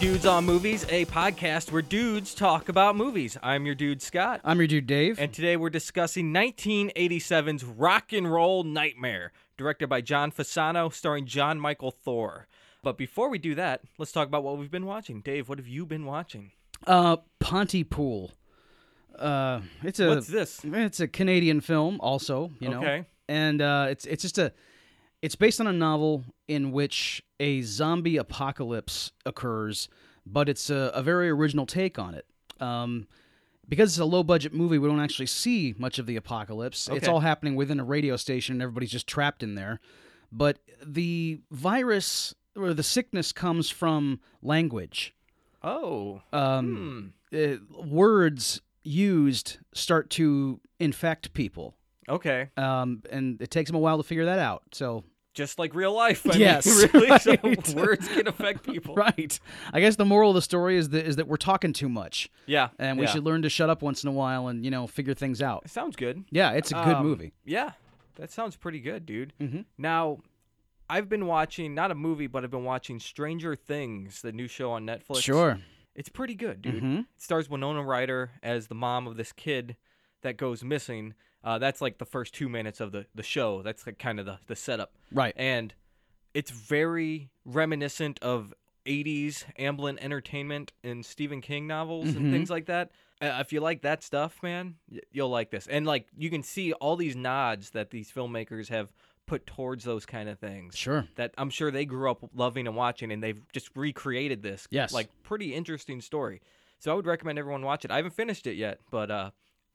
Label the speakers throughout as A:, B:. A: Dudes on Movies, a podcast where dudes talk about movies. I'm your dude, Scott.
B: I'm your dude, Dave.
A: And today we're discussing 1987's Rock and Roll Nightmare, directed by John Fasano, starring John Michael Thor. But before we do that, let's talk about what we've been watching. Dave, what have you been watching?
B: uh, Pontypool. Uh, it's a
A: What's this?
B: It's a Canadian film, also. You know,
A: Okay.
B: and uh, it's it's just a it's based on a novel in which a zombie apocalypse occurs, but it's a, a very original take on it. Um, because it's a low budget movie, we don't actually see much of the apocalypse. It's
A: Okay.
B: all happening within a radio station, and everybody's just trapped in there. But the virus or the sickness comes from language
A: Oh.
B: um,
A: Hmm.
B: uh, words used start to infect people.
A: Okay.
B: Um, and it takes them a while to figure that out. So,
A: Just like real life. I mean,
B: Yes,
A: really?
B: right.
A: So words can affect people.
B: right. I guess the moral of the story is that, is that we're talking too much
A: Yeah.
B: and we
A: yeah.
B: should learn to shut up once in a while and, you know, figure things out.
A: Sounds good.
B: Yeah, it's a good
A: Um,
B: movie.
A: Yeah, that sounds pretty good, dude.
B: Mhm.
A: Now, I've been watching not a movie, but I've been watching Stranger Things, the new show on Netflix.
B: Sure.
A: it's pretty good, dude.
B: Mhm.
A: It stars Winona Ryder as the mom of this kid that goes missing. Uh, that's like the first two minutes of the the show. That's like kind of the the setup,
B: Right.
A: and it's very reminiscent of 80s Amblin Entertainment and Stephen King novels and
B: Mm-hmm.
A: things like that. Uh, if you like that stuff, man, y- you'll like this. And like you can see all these nods that these filmmakers have put towards those kind of things
B: Sure.
A: that I'm sure they grew up loving and watching, and they've just recreated this.
B: Yes.
A: like pretty interesting story. So I would recommend everyone watch it. I haven't finished it yet, but uh,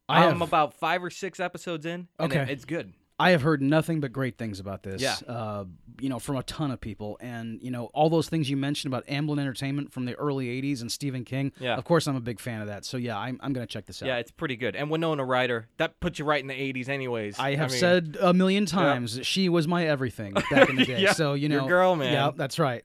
B: I
A: I'm
B: have-
A: about five or six episodes in. and it-
B: Okay.
A: it's good.
B: I have heard nothing but great things about this.
A: Yeah.
B: Uh, you know, from a ton of people, and you know, all those things you mentioned about Amblin Entertainment from the early '80s and Stephen King.
A: Yeah.
B: Of course, I'm a big fan of that. So yeah, I'm, I'm gonna check this out.
A: Yeah, it's pretty good. And Winona Ryder, that puts you right in the 80s, anyways.
B: I have
A: mean,
B: said a million times that she was my everything back in the day.
A: Yeah,
B: so you know,
A: your girl, man.
B: Yeah, that's right.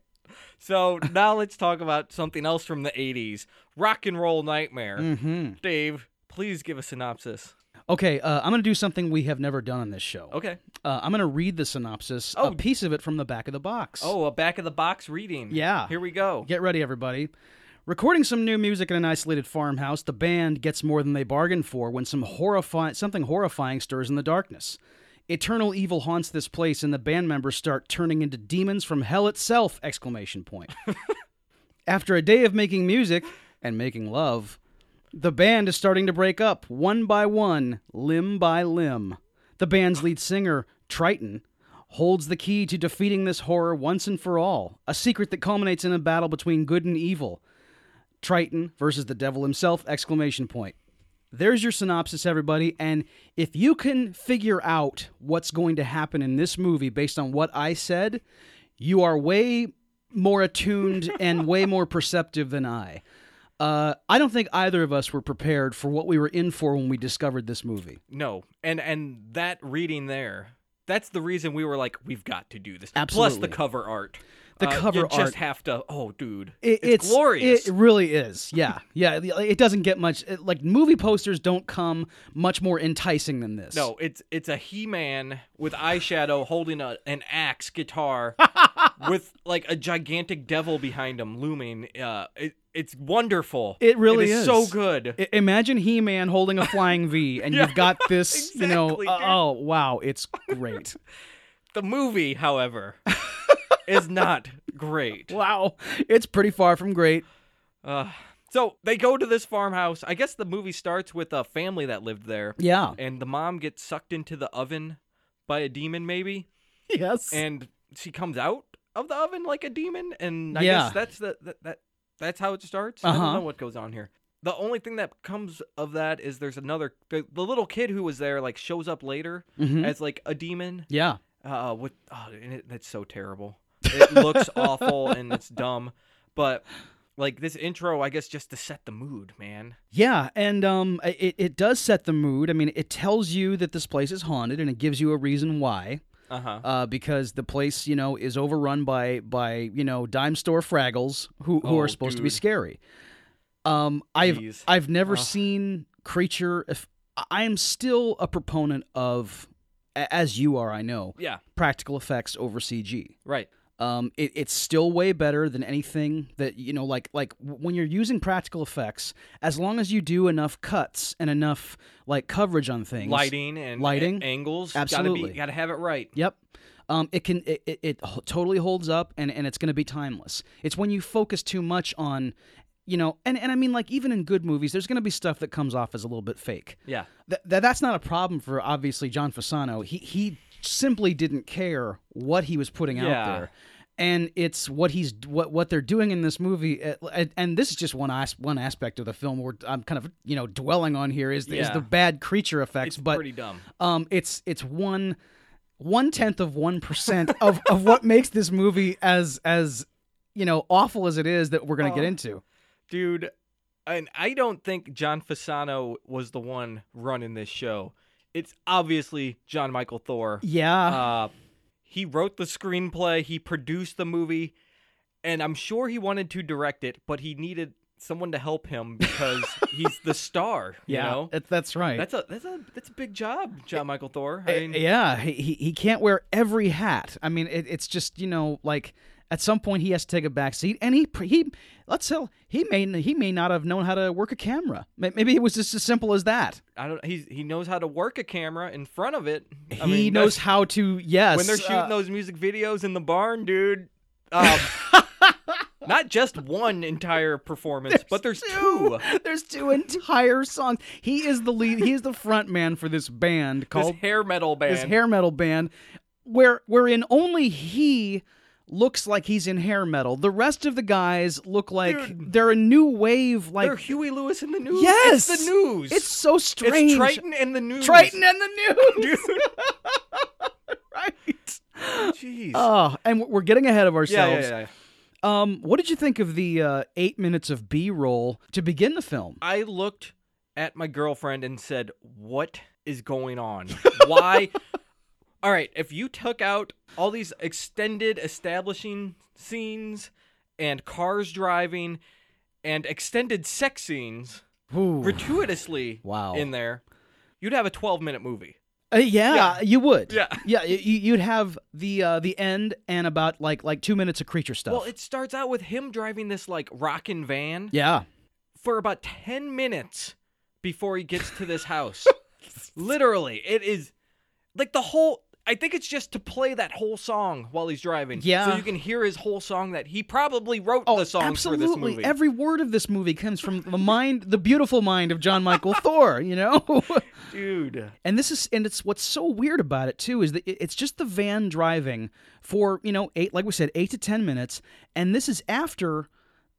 A: So now let's talk about something else from the 80s Rock and Roll Nightmare. Mm-hmm.
B: hmm
A: Dave, please give a synopsis.
B: Okay, uh, I'm gonna do something we have never done on this show.
A: Okay.
B: Uh, I'm gonna read the synopsis,
A: Oh.
B: a piece of it from the back of the box.
A: Oh, a back of the box reading.
B: Yeah.
A: Here we go.
B: Get ready, everybody. Recording some new music in an isolated farmhouse, the band gets more than they bargained for when some horrifying something horrifying stirs in the darkness. Eternal evil haunts this place, and the band members start turning into demons from hell itself! Exclamation point. After a day of making music and making love, the band is starting to break up one by one, limb by limb. The band's lead singer, Triton, holds the key to defeating this horror once and for all, a secret that culminates in a battle between good and evil. Triton versus the devil himself! Exclamation point. There's your synopsis, everybody. And if you can figure out what's going to happen in this movie based on what I said, you are way more attuned and way more perceptive than I. Uh, I don't think either of us were prepared for what we were in for when we discovered this movie.
A: No. And and that reading there, that's the reason we were like, we've got to do this. Plus
B: Absolutely.
A: the cover art.
B: The
A: Uh,
B: cover
A: you
B: art.
A: just have to. Oh, dude,
B: It-
A: it's, glorious.
B: It really is. Yeah, yeah. It doesn't get much. It, like movie posters don't come much more enticing than this.
A: No, it's it's a He-Man with eyeshadow holding a, an axe guitar with like a gigantic devil behind him looming. Uh, it, it's wonderful.
B: It really
A: is,
B: is.
A: so good.
B: I- imagine He-Man holding a flying V, and you've got this. you know,
A: exactly,
B: uh,
A: dude.
B: oh wow, it's great.
A: the movie, however, is not great.
B: wow, it's pretty far from great.
A: Uh, so they go to this farmhouse. I guess the movie starts with a family that lived there,
B: Yeah.
A: and the mom gets sucked into the oven by a demon, maybe.
B: Yes.
A: and she comes out of the oven like a demon and i
B: Yeah.
A: guess that's the that, that that's how it starts i don't
B: Uh-huh.
A: know what goes on here the only thing that comes of that is there's another the, the little kid who was there like shows up later
B: Mhm.
A: as like a demon
B: yeah.
A: uh with oh, and it, that's so terrible it looks awful and it's dumb but like this intro i guess just to set the mood man
B: Yeah, and um, it, it does set the mood. I mean, it tells you that this place is haunted, and it gives you a reason why.
A: uh-huh
B: Uh, because the place, you know, is overrun by by you know dime store fraggles who who
A: Oh,
B: are supposed to be
A: dude.
B: scary. Um, I've
A: Jeez.
B: I've never
A: Ugh.
B: seen creature. If I am still a proponent of, a- as you are, I know
A: yeah
B: practical effects over CG.
A: right
B: Um, it, it's still way better than anything that you know, like like w- when you're using practical effects. As long as you do enough cuts and enough like coverage on things,
A: lighting and
B: Lighting?
A: a- angles. gotta
B: Absolutely.
A: be, gotta have it right.
B: Yep. Um, it can it, it, it h- totally holds up and, and it's going to be timeless. It's when you focus too much on, you know, and, and I mean like even in good movies, there's going to be stuff that comes off as a little bit fake.
A: Yeah,
B: Th- th- that's not a problem for obviously John Fasano. He he simply didn't care what he was putting out
A: Yeah.
B: there. And it's what he's what what they're doing in this movie, uh, and- and this is just one as, one aspect of the film where I'm kind of you know dwelling on here is the, is
A: Yeah.
B: the bad creature effects,
A: it's
B: but
A: pretty dumb.
B: um, it's it's one one tenth of one percent of of what makes this movie as as you know awful as it is that we're gonna get
A: Oh.
B: into.
A: dude and i don't think john fasano was the one running this show it's obviously john michael thor
B: Yeah,
A: uh, he wrote the screenplay he produced the movie and i'm sure he wanted to direct it but he needed someone to help him because he's the star you
B: yeah,
A: know
B: that- that's right. Uh,
A: that's a that's a that's a big job john michael thor i mean
B: yeah, he he- he can't wear every hat. I mean, it, it's just you know like at some point he has to take a back seat, and he pr- he let's say he may he may not have known how to work a camera. May- Maybe it was just as simple as that.
A: i don't he's he knows how to work a camera in front of it I
B: he
A: mean,
B: knows
A: that's-
B: how to yes
A: when they're shooting
B: uh,
A: those music videos in the barn, dude. Um, not just one entire performance, but there's two.
B: There's two entire songs. He is the lead. He is the front man for this band
A: This
B: called
A: hair metal band.
B: this, hair metal band, where wherein only he looks like he's in hair metal. The rest of the guys look like they're a new wave. Like
A: they're Huey Lewis in the news.
B: yes,
A: it's the news.
B: It's so
A: It's
B: strange.
A: Triton and the news.
B: Triton and the news. right.
A: Jeez.
B: Oh, and we're getting ahead of
A: yeah,
B: ourselves.
A: yeah, yeah.
B: Um, what did you think of the uh, eight minutes of B-roll to begin the film?
A: I looked at my girlfriend and said, "What is going on? Why?" All right, if you took out all these extended establishing scenes and cars driving and extended sex scenes
B: Ooh.
A: gratuitously
B: Wow.
A: in there, you'd have a 12-minute movie.
B: Uh, yeah,
A: Yeah.
B: you would.
A: Yeah.
B: yeah. y- You, you'd have the uh, the end and about like like two minutes of creature stuff.
A: Well, it starts out with him driving this like rockin' van
B: yeah,
A: for about 10 minutes before he gets to this house. Literally, it is like the whole. I think it's just to play that whole song while he's driving.
B: Yeah.
A: So you can hear his whole song that he probably wrote
B: oh,
A: the song
B: absolutely.
A: for this movie.
B: Every word of this movie comes from the mind, the beautiful mind of John Michael Thor. You know,
A: Dude.
B: and this is and it's what's so weird about it too is that it- it's just the van driving for you know eight like we said eight to ten minutes, and this is after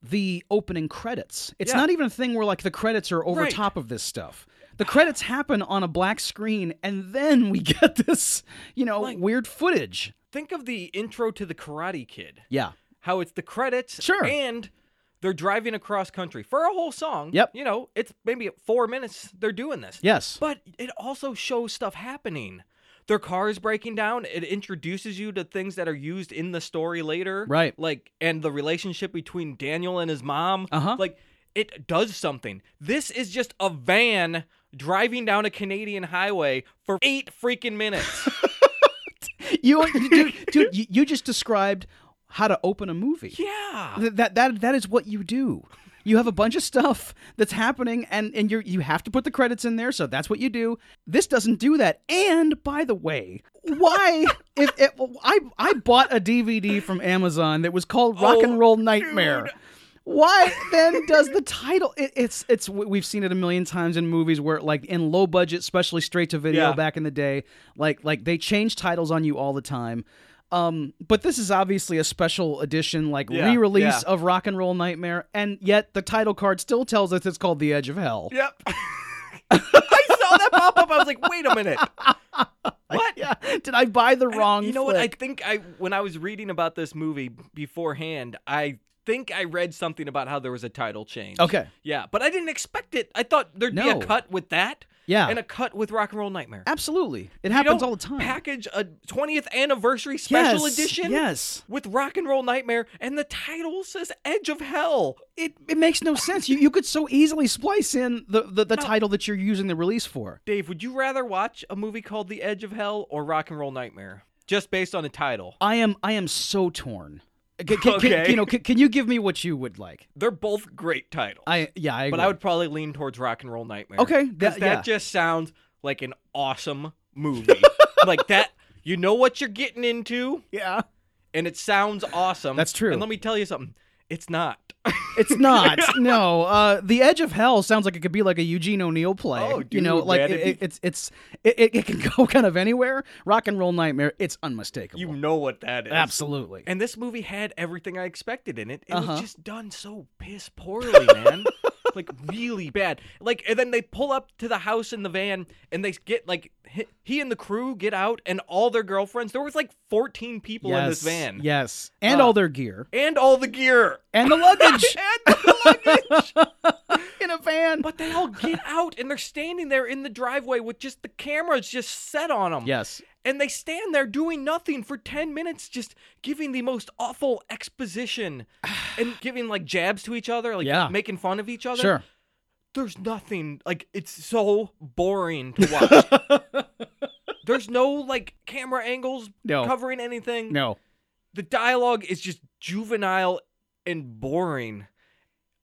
B: the opening credits. It's
A: Yeah.
B: not even a thing where like the credits are over
A: Right.
B: top of this stuff. The credits happen on a black screen, and then we get this you know weird footage.
A: Think of the intro to The Karate Kid.
B: Yeah.
A: How it's the credits
B: Sure.
A: and they're driving across country for a whole song.
B: Yep.
A: You know, it's maybe four minutes they're doing this.
B: Yes.
A: But it also shows stuff happening. Their car is breaking down. It introduces you to things that are used in the story later.
B: Right.
A: Like, and the relationship between Daniel and his mom.
B: Uh-huh.
A: Like, it does something. This is just a van driving down a Canadian highway for eight freaking minutes.
B: You, dude, dude you, you just described how to open a movie.
A: yeah.
B: Th- that that that is what you do. You have a bunch of stuff that's happening, and and you you have to put the credits in there, so that's what you do. This doesn't do that. And by the way, why if, if I I bought a DVD from Amazon that was called Rock and Roll Nightmare. Why then does the title? It, it's it's we've seen it a million times in movies where like in low budget, especially straight to video
A: Yeah.
B: back in the day, like like they change titles on you all the time. Um, but this is obviously a special edition, like
A: Yeah,
B: re-release
A: yeah.
B: of Rock and Roll Nightmare, and yet the title card still tells us it's called The Edge of Hell.
A: Yep. I saw that pop up. I was like, wait a minute. What?
B: Yeah, did I buy the wrong?
A: You know what? I
B: flick?
A: think I when I was reading about this movie beforehand, I think I read something about how there was a title change.
B: okay,
A: Yeah, but I didn't expect it. I thought there'd
B: No.
A: be a cut with that.
B: Yeah.
A: And a cut with Rock and Roll Nightmare.
B: absolutely, it
A: You
B: happens
A: don't
B: all the time.
A: Package a 20th anniversary special
B: Yes,
A: edition.
B: Yes,
A: With Rock and Roll Nightmare, and the title says Edge of Hell.
B: it it makes no sense. You you could so easily splice in the the, the title that you're using the release for.
A: Dave, would you rather watch a movie called The Edge of Hell or Rock and Roll Nightmare? just based on the title.
B: I am I am so torn. Can, can- can-
A: Okay.
B: you know, can, can you give me what you would like?
A: They're both great titles.
B: I yeah, I
A: but
B: agree.
A: I would probably lean towards Rock and Roll Nightmare.
B: Okay,
A: 'Cause that,
B: that- yeah.
A: just sounds like an awesome movie. like that, you know what you're getting into,
B: yeah.
A: and it sounds awesome.
B: That's true.
A: And let me tell you something, it's not.
B: It's not. no. Uh, the Edge of Hell sounds like it could be like a Eugene O'Neill play.
A: Oh,
B: you know,
A: dude,
B: like
A: man,
B: it,
A: if you-
B: it- it's it's it, it, it can go kind of anywhere. Rock and Roll Nightmare. It's unmistakable.
A: you know what that is.
B: Absolutely.
A: And this movie had everything I expected in it. It
B: Uh-huh.
A: was just done so piss poorly, man. like really bad. Like and then they pull up to the house in the van and they get like he- he and the crew get out and all their girlfriends. There was like 14 people in this
B: Yes,
A: van.
B: Yes. And
A: Uh,
B: all their gear
A: And all the gear.
B: and the luggage
A: And the luggage.
B: in a van.
A: but they all get out and they're standing there in the driveway with just the cameras just set on them.
B: yes.
A: And they stand there doing nothing for 10 minutes, just giving the most awful exposition and giving like jabs to each other, like
B: Yeah.
A: making fun of each other.
B: Sure.
A: There's nothing, like, it's so boring to watch. There's no like camera angles
B: No.
A: covering anything.
B: No.
A: The dialogue is just juvenile and boring.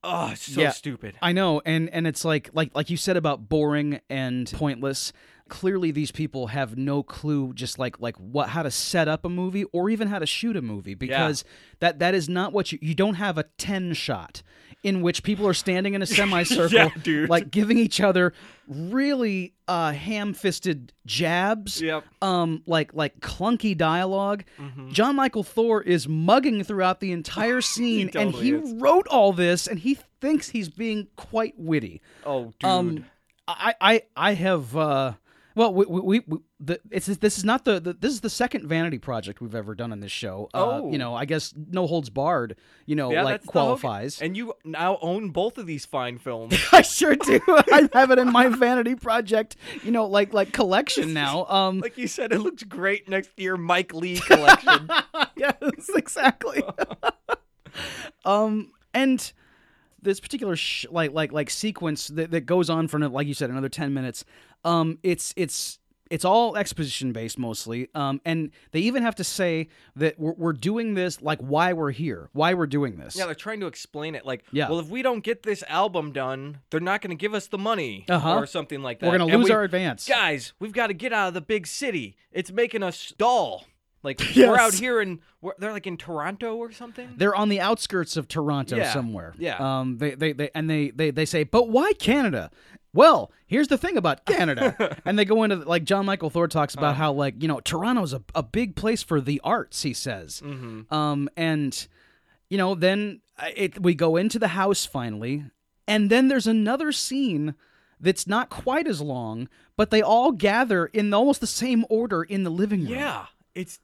A: Oh, it's so
B: Yeah.
A: stupid.
B: I know, and and it's like like like you said about boring and pointless. Clearly, these people have no clue, just like like what how to set up a movie or even how to shoot a movie, because that that is not what you you don't have a ten shot in which people are standing in a semicircle,
A: Yeah, dude.
B: like giving each other really uh, ham fisted jabs
A: Yep. Mm-hmm.
B: um like like clunky dialogue. John Michael Thor is mugging throughout the entire scene and
A: totally
B: he
A: is.
B: wrote all this and he thinks he's being quite witty.
A: Oh, dude.
B: Um I I I have uh well, we, we, we the, it's this is not the, the this is the second vanity project we've ever done on this show. Uh,
A: Oh.
B: you know, I guess no holds barred. You know,
A: yeah,
B: like
A: that's the Hogan-
B: qualifies.
A: And you now own both of these fine films.
B: I sure do. I have it in my vanity project. You know, like like collection now. Um,
A: like you said, it looks great next to your Mike Lee collection.
B: yes, exactly. um, and this particular sh- like like like sequence that, that goes on for ano- like you said another ten minutes. Um, it's it's it's all exposition based mostly. Um, and they even have to say that we're, we're doing this like why we're here, why we're doing this.
A: yeah, they're trying to explain it. Like,
B: Yeah.
A: well, if we don't get this album done, they're not going to give us the money
B: Uh-huh.
A: or something like that.
B: we're gonna
A: And
B: lose
A: we-
B: our advance.
A: guys. We've got to get out of the big city. It's making us dull. Like we're
B: Yes.
A: out here and we're, they're like in Toronto or something.
B: They're on the outskirts of Toronto
A: Um, Yeah,
B: somewhere.
A: yeah.
B: Um. They, they they and they they they say, but why Canada? Well, here's the thing about Canada. and they go into like John Michael Thor talks about
A: Uh-huh.
B: how like you know Toronto's a a big place for the arts. He says.
A: Mm-hmm.
B: Um. And you know then uh, it we go into the house finally, and then there's another scene. That's not quite as long, but they all gather in almost the same order in the living room.
A: yeah, it's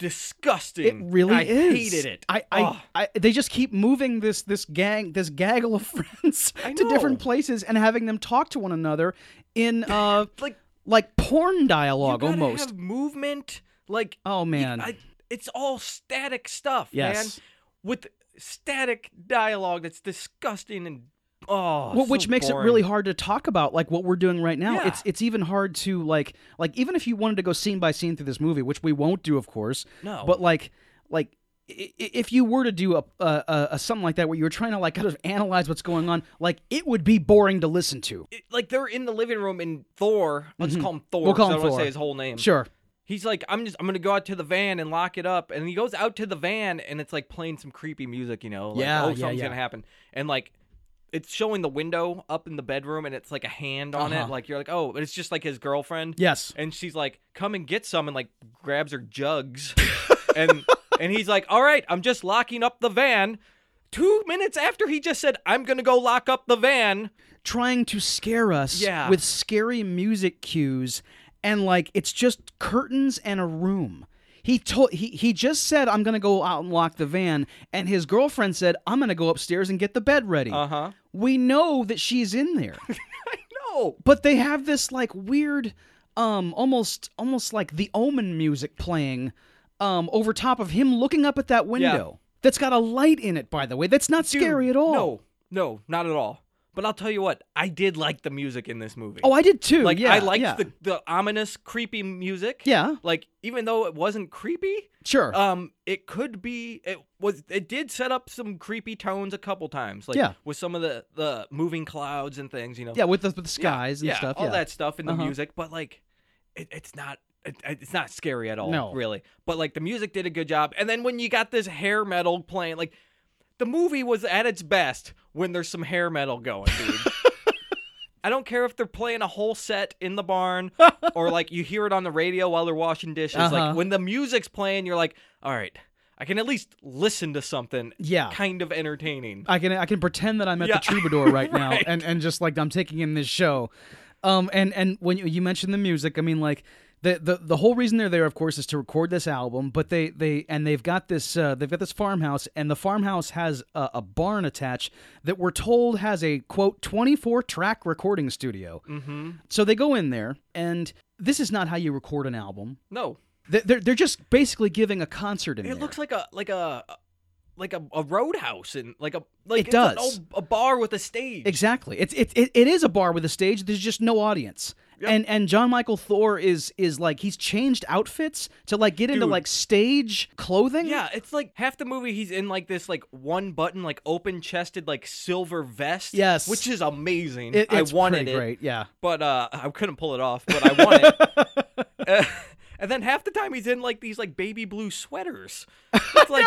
A: disgusting.
B: It really
A: I
B: is.
A: hated it. Ah,
B: I, I,
A: Ugh.
B: I, they just keep moving this this gang this gaggle of friends
A: I
B: to different
A: know.
B: places and having them talk to one another in uh
A: like
B: like porn
A: you
B: dialogue
A: gotta
B: almost.
A: have movement. Like
B: oh man.
A: I, it's all static stuff,
B: Yes.
A: man. With static dialogue that's disgusting and oh,
B: Well,
A: so
B: which makes
A: boring.
B: it really hard to talk about like what we're doing right now.
A: Yeah.
B: It's it's even hard to like like even if you wanted to go scene by scene through this movie, which we won't do, of course.
A: No.
B: But like like i- i- if you were to do a, a, a, a something like that where you were trying to like kind of analyze what's going on, like it would be boring to listen to.
A: It- like they're in the living room and Thor. Let's call him Thor.
B: Mm-hmm. We'll call
A: 'cause
B: him
A: I don't wanna
B: Thor.
A: say his whole name.
B: Sure.
A: He's like, I'm just, I'm gonna go out to the van and lock it up. And he goes out to the van and it's like playing some creepy music, you know? Like,
B: Yeah,
A: oh,
B: yeah,
A: something's
B: yeah.
A: gonna happen. And like, it's showing the window up in the bedroom and it's like a hand on
B: Uh-huh.
A: it. Like you're like, oh, and it's just like his girlfriend.
B: Yes.
A: and she's like, "Come and get some," and like grabs her jugs, and and he's like, "All right, I'm just locking up the van." Two minutes after he just said, "I'm gonna go lock up the van,"
B: Trying to scare us
A: Yeah.
B: with scary music cues and like it's just curtains and a room. He told he he just said I'm going to go out and lock the van and his girlfriend said I'm going to go upstairs and get the bed ready.
A: Uh-huh.
B: We know that she's in there.
A: no,
B: but they have this like weird um almost almost like the omen music playing um over top of him looking up at that window. That's got a light in it by the way. That's not
A: dude,
B: scary at all.
A: No, no, not at all. But I'll tell you what, I did like the music in this movie.
B: Oh, I did too.
A: like
B: yeah,
A: I liked
B: yeah.
A: the, the ominous, creepy music.
B: Yeah,
A: Like even though it wasn't creepy,
B: sure.
A: um, it could be. It was. It did set up some creepy tones a couple times. Like
B: Yeah.
A: with some of the the moving clouds and things. You know.
B: yeah, with the, with the skies
A: yeah,
B: and stuff.
A: all
B: yeah.
A: that stuff in the
B: Uh-huh.
A: music, but like, it, it's not. It, it's not scary at all,
B: No.
A: really. But like the music did a good job, and then when you got this hair metal playing, like the movie was at its best when there's some hair metal going, dude. I don't care if they're playing a whole set in the barn or like you hear it on the radio while they're washing dishes.
B: Uh-huh.
A: Like when the music's playing, you're like, all right, I can at least listen to something
B: Yeah. Uh,
A: kind of entertaining.
B: I can I can pretend that I'm at
A: Yeah.
B: the troubadour right, now
A: Right.
B: and, and just like I'm taking in this show. Um and and when you, you mentioned the music, I mean like the, the the whole reason they're there of course is to record this album, but they they and they've got this uh, they've got this farmhouse and the farmhouse has a, a barn attached that we're told has a quote 24 track recording studio.
A: Mm-hmm.
B: So they go in there and this is not how you record an album.
A: No,
B: They- They're, they're just basically giving a concert in
A: It
B: there.
A: looks like a like a like a, a roadhouse and like a like
B: It
A: it's an
B: does.
A: old- a bar with a stage.
B: Exactly. It's it, it it is a bar with a stage. There's just no audience.
A: Yep.
B: And and John Michael Thor is is like he's changed outfits to like get into
A: Dude.
B: like stage clothing.
A: yeah, it's like half the movie he's in like this like one button like open chested like silver vest.
B: Yes.
A: which is amazing.
B: It-
A: I
B: it's
A: wanted
B: pretty
A: it,
B: great. Yeah.
A: but uh, I couldn't pull it off. But I wanted. it. Uh, and then half the time he's in like these like baby blue sweaters. It's like.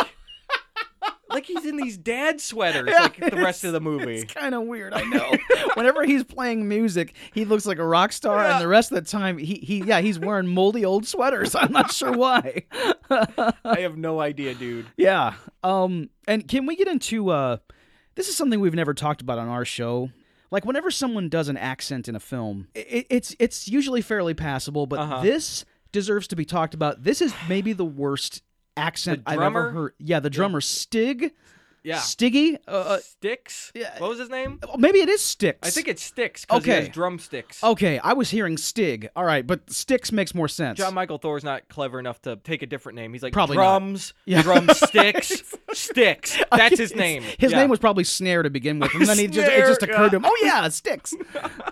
A: Like he's in these dad sweaters, like the rest of the movie.
B: It's kind of weird. I know. Whenever he's playing music, he looks like a rock star,
A: Yeah.
B: and the rest of the time, he he yeah, he's wearing moldy old sweaters. I'm not sure why.
A: I have no idea, dude.
B: Yeah. Um and can we get into uh this is something we've never talked about on our show. Like whenever someone does an accent in a film, it, it's it's usually fairly passable, but
A: Uh-huh.
B: this deserves to be talked about. This is maybe the worst accent
A: The
B: I've ever
A: drummer?
B: heard. Yeah, the drummer Stig,
A: Yeah,
B: Stiggy. Uh, uh,
A: sticks.
B: yeah.
A: What was his name?
B: oh, maybe it is Sticks.
A: I think it's sticks because he
B: Okay. Oh,
A: has drumsticks.
B: Okay, I was hearing Stig. All right, but Sticks makes more sense.
A: John Michael Thor's not clever enough to take a different name. He's like
B: Probably not.
A: drums,
B: Yeah.
A: drumsticks, sticks. That's his
B: It's-
A: name.
B: His
A: Yeah.
B: name was probably Snare to begin with, and then he just it
A: Snare,
B: just occurred to
A: yeah.
B: him, oh yeah, sticks.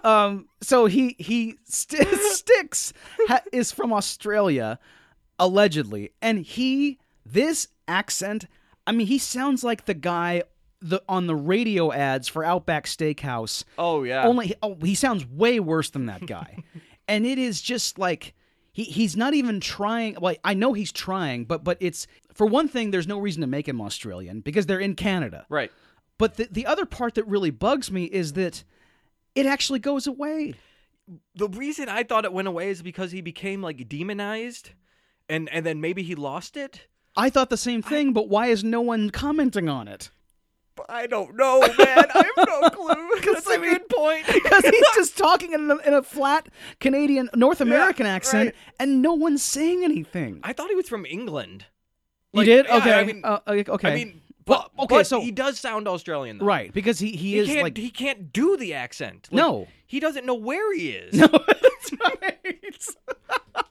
B: um, so he he st- sticks ha- is from Australia, allegedly, and he this accent. I mean, he sounds like the guy the on the radio ads for Outback Steakhouse.
A: Oh yeah.
B: Only oh, he sounds way worse than that guy, and it is just like. He, he's not even trying like I know he's trying but but it's for one thing there's no reason to make him Australian because they're in Canada.
A: right.
B: But the, the other part that really bugs me is that it actually goes away.
A: The reason I thought it went away is because he became like demonized, and and then maybe he lost it.
B: I thought the same thing, but why is no one commenting on it?
A: But I don't know, man. I have no clue. That's
B: I
A: a
B: mean-
A: good point.
B: Because he's just talking in a, in a flat Canadian, North American accent,
A: right.
B: and no one's saying anything.
A: I thought he was from England.
B: you
A: Like,
B: did?
A: yeah,
B: okay.
A: I mean,
B: Uh, okay.
A: I mean,
B: Well,
A: but,
B: okay,
A: but
B: so-
A: he does sound Australian. Though.
B: right, because he, he,
A: He,
B: is
A: can't.
B: like.
A: he can't do the accent. Like,
B: No.
A: He doesn't know where he is.
B: no, that's right.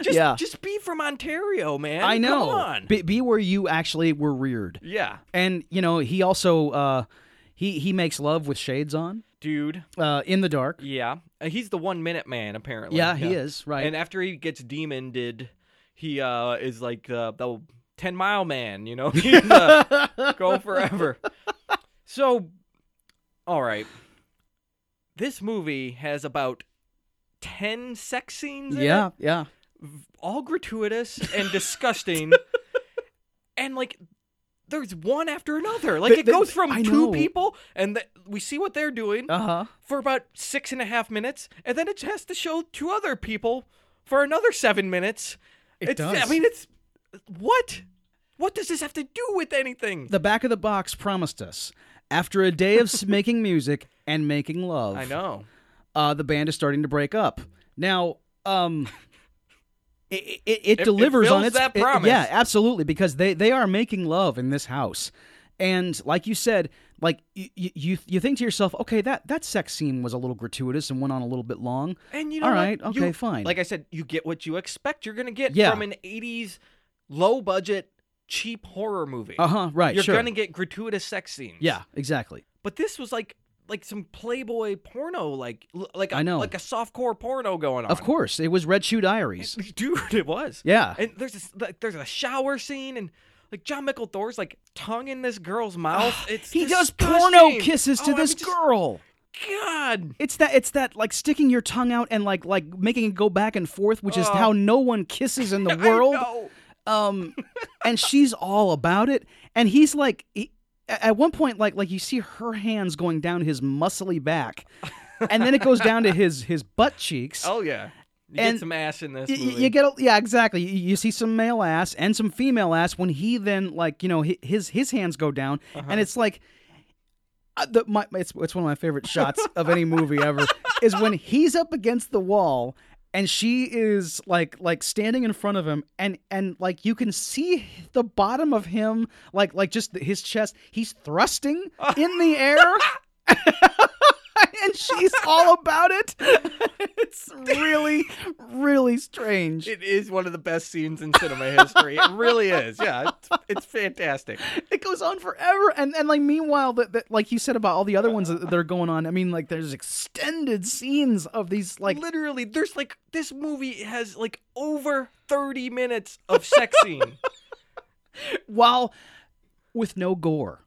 A: Just,
B: Yeah.
A: just be from Ontario, man.
B: I know.
A: Come on.
B: Be, be where you actually were reared.
A: yeah,
B: And, you know, he also. Uh, he, he makes love with shades on
A: dude.
B: uh, in the dark.
A: Yeah, Uh, he's the one minute man apparently.
B: Yeah, he is right.
A: And after he gets demoned, he uh is like uh, the ten mile man. You know, he's uh, go forever. So, all right, this movie has about ten sex scenes. in it.
B: yeah, yeah.
A: all gratuitous and disgusting and like there's one after another like
B: Th-
A: it
B: th-
A: goes from
B: I
A: two
B: know.
A: people and th- we see what they're doing
B: Uh huh.
A: for about six and a half minutes and then it has to show two other people for another seven minutes
B: It
A: it's i
B: does.
A: mean it's what what does this have to do with anything
B: The back of the box promised us after a day of s- making music and making love.
A: i know
B: Uh, the band is starting to break up now. Um. It, it, it delivers on
A: fills
B: its
A: that
B: it-
A: promise.
B: yeah, absolutely, because they they are making love in this house, and like you said, like you you you think to yourself, okay, that that sex scene was a little gratuitous and went on a little bit long.
A: and you know
B: All
A: what?
B: right, okay,
A: You-
B: fine.
A: like i said you get what you expect you're gonna get
B: Yeah.
A: from an 80s low budget cheap horror movie
B: Uh huh. Right.
A: you're
B: sure.
A: gonna get gratuitous sex scenes
B: Yeah. Exactly.
A: But this was like like some Playboy porno, like l- like a,
B: I know.
A: like a softcore porno going on.
B: Of course, it was Red Shoe Diaries.
A: dude, it was.
B: Yeah.
A: And there's this, like, there's a shower scene and. Like John Mickledore's like tongue in this girl's mouth. It's
B: He does porno
A: disgusting.
B: kisses to
A: Oh, I
B: this
A: mean, just-
B: girl.
A: God,
B: It's that it's that like sticking your tongue out and like like making it go back and forth, which is how no one kisses in the
A: Oh. I
B: world.
A: know.
B: um and she's all about it and he's like he, at one point like like you see her hands going down his muscly back and then it goes down to his his butt cheeks
A: Oh yeah, you
B: And
A: get some ass in this
B: Y- y-
A: movie.
B: you get a, yeah exactly you, you see some male ass and some female ass when he then like you know hi- his his hands go down
A: Uh-huh.
B: and it's like uh, the, my, it's, it's one of my favorite shots of any movie ever is when he's up against the wall and she is like like standing in front of him and and like you can see the bottom of him like like just his chest he's thrusting
A: Oh.
B: in the air and she's all about it it's really really strange
A: It is one of the best scenes in cinema history. It really is. Yeah, it's, it's fantastic.
B: it goes on forever and and like meanwhile that that like you said about all the other ones that, that are going on i mean like there's extended scenes of these like
A: Literally, there's like this movie has like over 30 minutes of sex scene.
B: while with no gore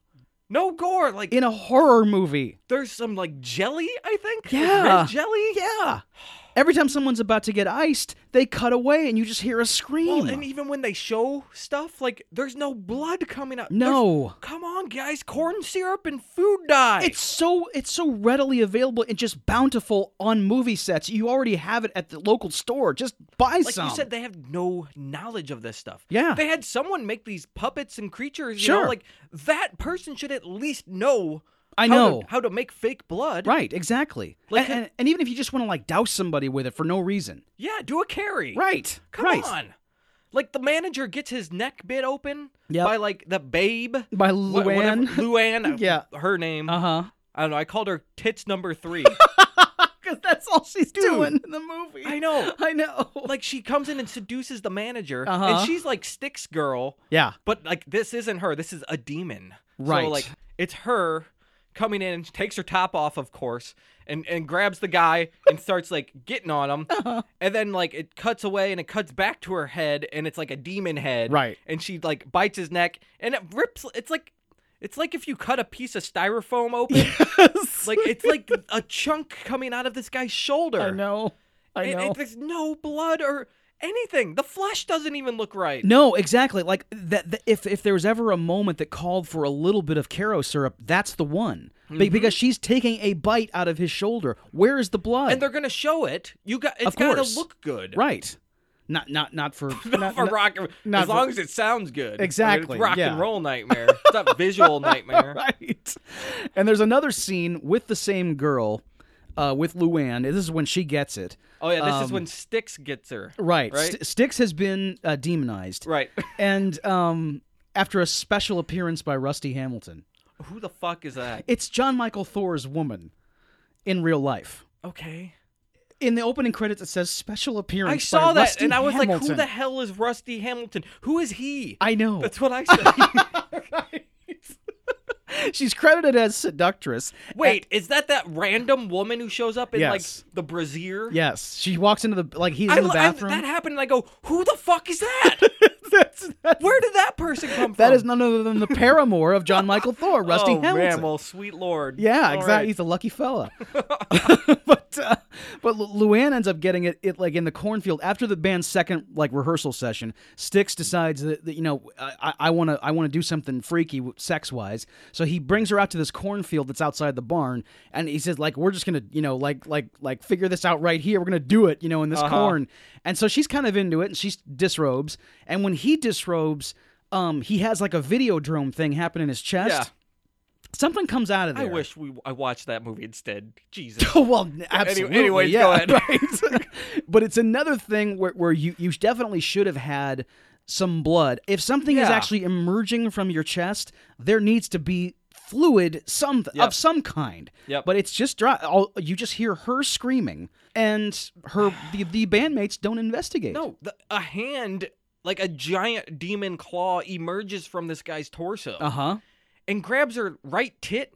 A: No gore. Like
B: in a horror movie
A: there's some like jelly, I think. Like,
B: Yeah.
A: Red jelly.
B: yeah every time someone's about to get iced they cut away and you just hear a scream
A: Well, and even when they show stuff, like there's no blood coming out.
B: no
A: There's- come on, guys. Corn syrup and food dye.
B: it's so it's so readily available and just bountiful on movie sets you already have it at the local store just buy
A: like
B: some
A: you said, they have no knowledge of this stuff.
B: Yeah.
A: They had someone make these puppets and creatures, you
B: Sure.
A: know, like that person should at least know
B: I
A: how to-
B: know.
A: how to make fake blood.
B: right exactly
A: Like-
B: and, and, and even if you just want to like douse somebody with it for no reason
A: Yeah, do a carry.
B: Right.
A: Come
B: right.
A: on. Like the manager gets his neck bit open
B: Yep.
A: by like the babe.
B: By
A: wha- whatever-
B: Luann.
A: Luann. uh,
B: Yeah.
A: Her name.
B: Uh huh.
A: I don't know. I called her tits number three.
B: Because that's all she's doing in the movie.
A: I know.
B: I know.
A: Like she comes in and seduces the manager,
B: Uh-huh.
A: and she's like sticks girl.
B: yeah.
A: But like this isn't her. This is a demon.
B: Right.
A: So like it's her coming in, takes her top off, of course, and and grabs the guy and starts like getting on him.
B: Uh-huh.
A: And then like it cuts away and it cuts back to her head and it's like a demon head.
B: Right.
A: And she like bites his neck and it rips. It's like it's like if you cut a piece of styrofoam open. Like it's like a chunk coming out of this guy's shoulder.
B: I know. I
A: It- it-
B: know.
A: there's no blood or anything. The flesh doesn't even look right.
B: no, exactly. Like that. that- if if there was ever a moment that called for a little bit of Caro syrup, that's the one. Be-
A: Mm-hmm.
B: because she's taking a bite out of his shoulder. Where is the blood?
A: And they're gonna show it. You got.
B: Of
A: It's gotta
B: course.
A: look good.
B: right. Not not not for not,
A: for
B: not-
A: rock,
B: not
A: as
B: for-
A: long as it sounds good. I mean,
B: Exactly,
A: it's rock
B: yeah.
A: and roll nightmare. It's not visual nightmare.
B: right. And there's another scene with the same girl, uh, with Luann. This is when she gets it.
A: Oh yeah, this
B: Um,
A: is when Styx gets her.
B: Right.
A: Right?
B: St- Styx has been uh, demonized.
A: Right.
B: And um, after a special appearance by Rusty Hamilton,
A: Who the fuck is that?
B: it's John Michael Thor's woman in real life.
A: Okay.
B: In the opening credits, it says special appearance.
A: I saw
B: by
A: that
B: Rusty
A: and I was like, who
B: Hamilton."
A: the hell is Rusty Hamilton? Who is he?
B: I know.
A: That's what I said.
B: She's credited as seductress.
A: Wait, is that that random woman who shows up in
B: Yes.
A: like the brassiere?
B: Yes, she walks into the like he's
A: I,
B: in the
A: I-
B: bathroom.
A: that happened, and I go, "Who the fuck is that?
B: that's, that's,
A: Where did that person come from?"
B: that is none other than the paramour of John Michael Thor, Rusty
A: oh,
B: Hamilton.
A: man, well, sweet lord.
B: Yeah,
A: All
B: exactly.
A: right.
B: He's a lucky fella. but uh, but Lu- Luann ends up getting it, it like in the cornfield after the band's second like rehearsal session. Styx decides that, that, you know I I want to I want to do something freaky sex wise. So he brings her out to this cornfield that's outside the barn, and he says like we're just gonna you know like like like figure this out right here. We're gonna do it you know in this
A: Uh-huh.
B: corn. And so she's kind of into it, and she disrobes. And when he disrobes, um, he has like a videodrome thing happen in his chest.
A: Yeah.
B: Something comes out of
A: I
B: there.
A: wish we I watched that movie instead. Jesus.
B: Oh well, n- absolutely.
A: anyways,
B: yeah,
A: go ahead.
B: right. but it's another thing where, where you you definitely should have had some blood. If something is
A: Yeah.
B: actually emerging from your chest, there needs to be fluid some of
A: Yep.
B: some kind.
A: Yep.
B: But it's just dry. All, you just hear her screaming, and her the, the bandmates don't investigate.
A: No, the, a hand like a giant demon claw emerges from this guy's torso
B: Uh huh.
A: and grabs her right tit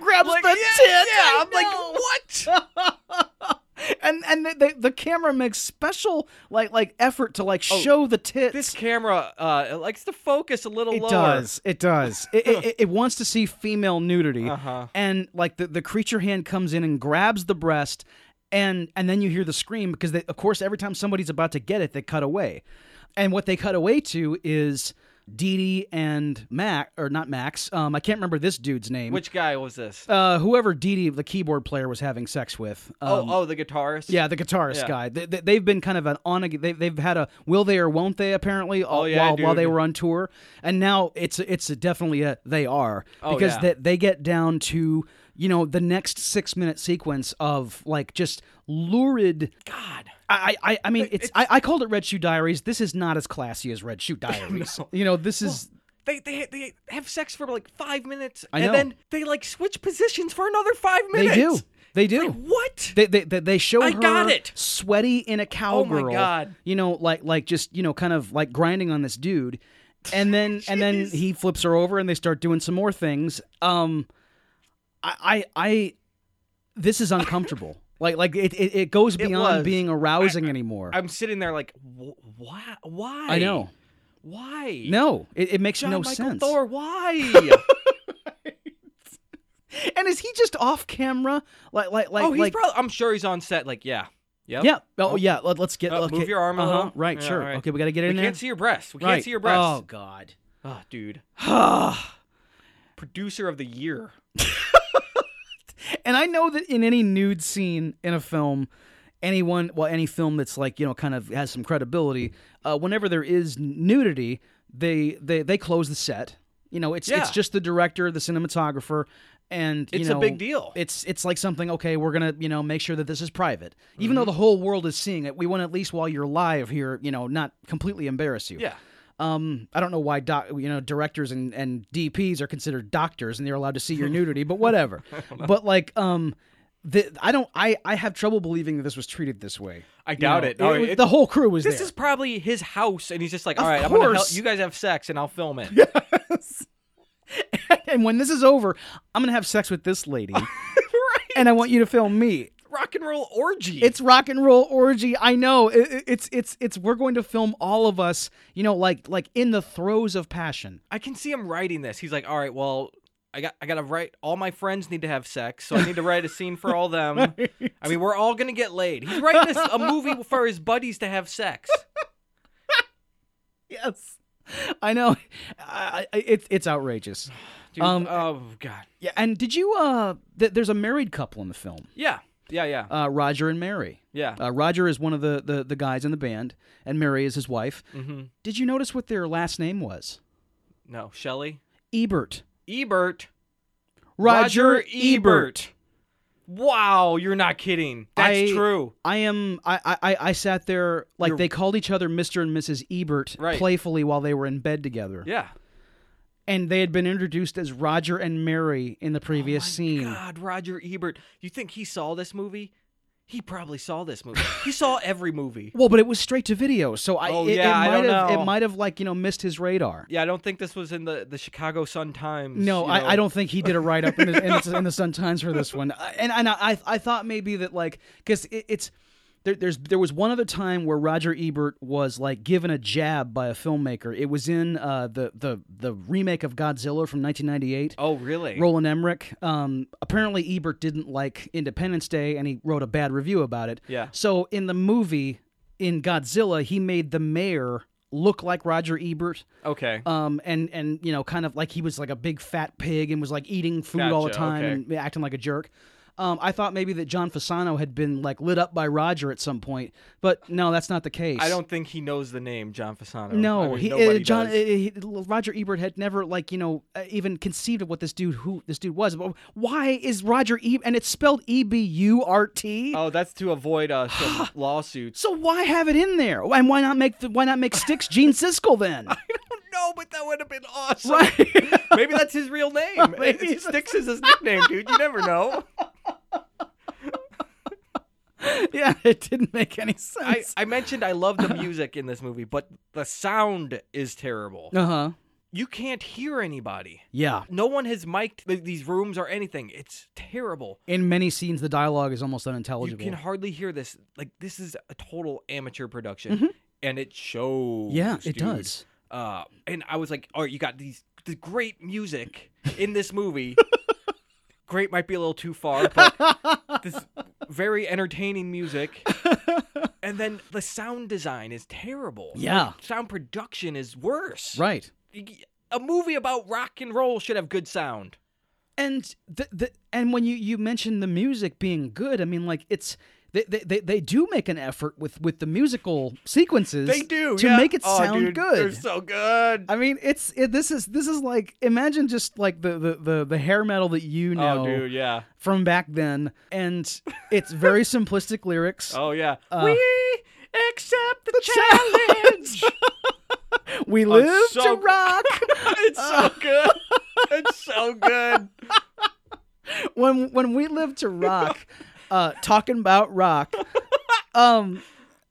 B: grabs
A: Like,
B: the
A: yeah,
B: tit.
A: yeah,
B: I
A: I'm like,
B: know. and and the, the the camera makes special like like effort to like
A: Oh,
B: show the tits.
A: This camera uh, it likes to focus a little
B: it
A: lower.
B: does. It does. it, it, it- it wants to see female nudity.
A: Uh-huh.
B: And like the, the creature hand comes in and grabs the breast, and and then you hear the scream because they, of course every time somebody's about to get it, they cut away, and what they cut away to is Dee Dee and Mac or not Max. Um, I can't remember this dude's name.
A: Which guy was this?
B: uh, whoever Dee Dee, the keyboard player, was having sex with.
A: oh,
B: Um,
A: oh, the guitarist.
B: Yeah, the guitarist
A: Yeah.
B: guy. They, they, they've been kind of an on. ag- They, they've had a will they or won't they apparently. all-
A: Oh, yeah,
B: while, while
A: dude.
B: they were on tour, and now it's it's definitely a they are
A: Oh,
B: because
A: yeah.
B: they, they get down to you know the next six minute sequence of like just lurid.
A: God.
B: I I, I mean it's, I, I called it Red Shoe Diaries. This is not as classy as Red Shoe Diaries. You know this is
A: They, they they have sex for like five minutes
B: I know.
A: and then they like switch positions for another five
B: they
A: minutes.
B: do they do.
A: Like, what?
B: They they they, they show
A: I
B: her
A: got it. Oh
B: sweaty in a cowgirl.
A: God.
B: You know, like like just you know, kind of like grinding on this dude, and then and then
A: Jeez.
B: he flips her over, and they start doing some more things. Um, I I, I this is uncomfortable. like like it it, it goes beyond
A: was.
B: being arousing anymore.
A: I'm sitting there like, "Wh- why? Why?
B: I know.
A: Why?
B: No, it, it makes
A: John
B: no
A: Michael
B: sense.
A: Thor, why?
B: And is he just off camera? Like like like
A: oh, he's
B: like.
A: probably. I'm sure he's on set. Like, yeah, yep.
B: yeah. Oh, yeah. Let, us get.
A: Uh,
B: okay.
A: move your arm a
B: Uh-huh.
A: little.
B: Right.
A: Yeah,
B: sure.
A: all right.
B: Okay. We got to get
A: We
B: in there.
A: can't see your breasts. We
B: Right.
A: can't see your breasts.
B: Oh Ah. God.
A: Oh, dude.
B: and
A: Producer of the year.
B: I know that in any nude scene in a film, anyone, well, any film that's like you know kind of has some credibility, uh, whenever there is nudity, they they they close the set. You know, it's it's
A: Yeah.
B: just the director, the cinematographer, and you
A: It's a
B: know,
A: big deal.
B: It's it's like something. Okay, we're gonna you know make sure that this is private, even
A: Mm-hmm.
B: though the whole world is seeing it. We want at least while you're live here, you know, not completely embarrass you.
A: Yeah.
B: Um, I don't know why doc, you know, directors and, and DPs are considered doctors and they're allowed to see your nudity, but whatever. but like, um, the, I don't, I, I have trouble believing that this was treated this way.
A: I
B: You
A: doubt
B: know,
A: it. No,
B: was-
A: it-
B: the whole crew was
A: This
B: there.
A: is probably his house, and he's just like,
B: Of
A: all right, I'm gonna help
B: course.
A: you guys have sex, and I'll film it.
B: and when this is over, I'm gonna have sex with this lady,
A: right.
B: and I want you to film me.
A: Rock and roll orgy.
B: It's rock and roll orgy. I know. It- it- it's, it's, it's. We're going to film all of us. You know, like, like in the throes of passion.
A: I can see him writing this. He's like, all right, well, I got I gotta write. All my friends need to have sex, so I need to write a scene for all them. I mean, we're all gonna get laid. He's writing this, a movie for his buddies to have sex.
B: Yes. I know. I, I, it's, it's outrageous.
A: Dude,
B: Um,
A: oh god.
B: Yeah, and did you? Uh, th- there's a married couple in the film,
A: Yeah. Yeah. Yeah.
B: uh, Roger and Mary.
A: Yeah.
B: Uh, Roger is one of the, the the guys in the band, and Mary is his wife. Mm-hmm. Did you notice what their last name was?
A: no. Shelley.
B: Ebert.
A: Ebert.
B: Roger,
A: Ebert. Wow, you're not kidding. That's
B: I-
A: true.
B: I am. I, I I- I sat there like
A: You're-
B: they called each other Mr. and Mrs. Ebert
A: Right.
B: playfully while they were in bed together,
A: Yeah.
B: and they had been introduced as Roger and Mary in the previous scene.
A: Oh God, Roger Ebert. You think he saw this movie? He probably saw this movie. he saw every movie.
B: Well, but it was straight to video, so I
A: Oh,
B: it,
A: yeah, I
B: it might
A: don't
B: have
A: know.
B: it might have like you know missed his radar.
A: Yeah, I don't think this was in the, the Chicago Sun Times.
B: No,
A: you know.
B: I, I don't think he did a write up in the, in, the, in the Sun Times for this one. I- And and I I thought maybe that like because it, it's there, there's there was one other time where Roger Ebert was like given a jab by a filmmaker. It was in uh, the the the remake of Godzilla from 1998.
A: Oh, really?
B: Roland Emmerich. Um, apparently, Ebert didn't like Independence Day, and he wrote a bad review about it.
A: Yeah.
B: So in the movie, in Godzilla, he made the mayor look like Roger Ebert
A: okay.
B: um and and you know kind of like he was like a big fat pig and was like eating food all the
A: Gotcha,
B: time
A: okay.
B: and acting like a jerk um, I thought maybe that John Fasano had been like lit up by Roger at some point, but no, that's not the case.
A: I don't think he knows the name John Fasano.
B: No,
A: I mean,
B: he uh,
A: nobody
B: John uh,
A: does.
B: he, Roger Ebert had never like you know uh, even conceived of what this dude who this dude was. But Why is Roger Ebert? And it's spelled E B U R T.
A: Oh, that's to avoid uh, some lawsuits.
B: So why have it in there? And why not make the, why not make Sticks Gene Siskel then?
A: Oh, No, but that would have been awesome.
B: right.
A: Maybe that's his real name.
B: Maybe
A: It Sticks is his nickname, dude. You never know.
B: yeah, it didn't make any sense.
A: I, I mentioned I love the music in this movie, but the sound is terrible.
B: Uh huh.
A: you can't hear anybody.
B: Yeah.
A: No one has mic'd th- these rooms or anything. It's terrible.
B: In many scenes, the dialogue is almost
A: You
B: unintelligible.
A: can hardly hear this. Like this is a total amateur production, and Mm-hmm. it shows.
B: yeah, it
A: dude.
B: does.
A: Uh, and I was like, "All right, you got these the great music in this movie. great might be a little too far, but this very entertaining music. And then the sound design is terrible.
B: Yeah.
A: sound production is worse.
B: Right.
A: A movie about rock and roll should have good sound.
B: And the, the and when you you mentioned the music being good, I mean like it's they they, they, they do make an effort with with the musical sequences.
A: They do
B: to
A: yeah.
B: make it
A: Oh,
B: sound
A: dude, They're
B: good.
A: so good.
B: I mean, it's it, this is this is like imagine just like the the the, the hair metal that you know
A: Oh, dude, yeah.
B: from back then, and it's very simplistic lyrics.
A: Oh, yeah.
B: Uh,
A: we accept the, challenge.
B: we live
A: so-
B: to rock
A: it's so good. It's so good.
B: when when we live to rock, uh, talking about rock. Um,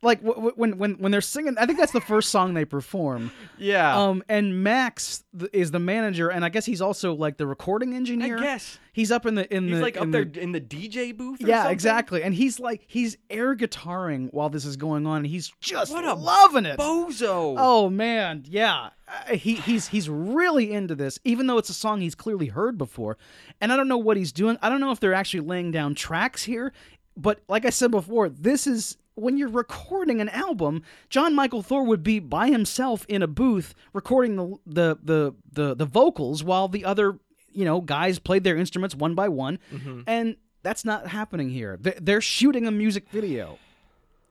B: like w- w- when when when they're singing, I think that's the first song they perform.
A: Yeah.
B: Um, and Max th- is the manager, and I guess he's also like the recording
A: I
B: engineer.
A: guess
B: He's up in the in
A: he's
B: the
A: like up
B: in
A: there
B: the-
A: in the DJ booth. or
B: yeah,
A: something.
B: exactly. And he's like he's air guitaring while this is going on. And he's just
A: What a
B: loving it.
A: Bozo.
B: Oh man, yeah. Uh, he he's he's really into this, even though it's a song he's clearly heard before. And I don't know what he's doing. I don't know if they're actually laying down tracks here, but like I said before, this is when you're recording an album, John Michael Thor would be by himself in a booth recording the the the the, the vocals while the other you know guys played their instruments one by one, and that's not happening here. They- They're shooting a music video.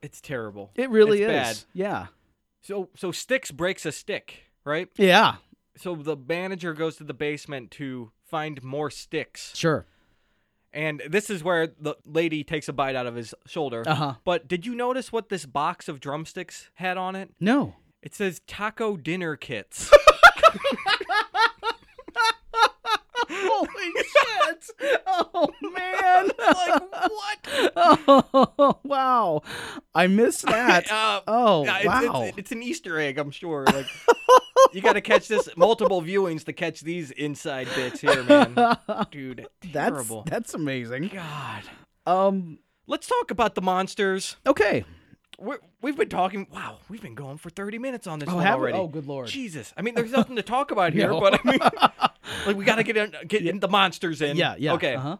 A: It's terrible.
B: It really
A: It's
B: is. Yeah.
A: So so sticks breaks a stick, right?
B: Yeah.
A: So the manager goes to the basement to find more sticks,
B: Sure.
A: and this is where the lady takes a bite out of his shoulder.
B: Uh-huh.
A: But did you notice what this box of drumsticks had on it?
B: No.
A: It says taco dinner kits.
B: Holy shit! Oh man!
A: like what?
B: oh wow! I missed that.
A: Uh,
B: Oh
A: yeah, it's,
B: wow!
A: it's, it's an Easter egg, I'm sure. Like you got to catch this multiple viewings to catch these inside bits here, man. Dude,
B: that's
A: terrible.
B: that's amazing.
A: God.
B: Um.
A: Let's talk about the monsters.
B: Okay.
A: We're, we've been talking. Wow, we've been going for 30 minutes on this
B: Oh,
A: one
B: have we?
A: already.
B: Oh, good lord.
A: Jesus. I mean, there's nothing to talk about here,
B: No.
A: but I mean, like we got to get in, get in the monsters in.
B: Yeah. Yeah.
A: Okay.
B: Uh-huh.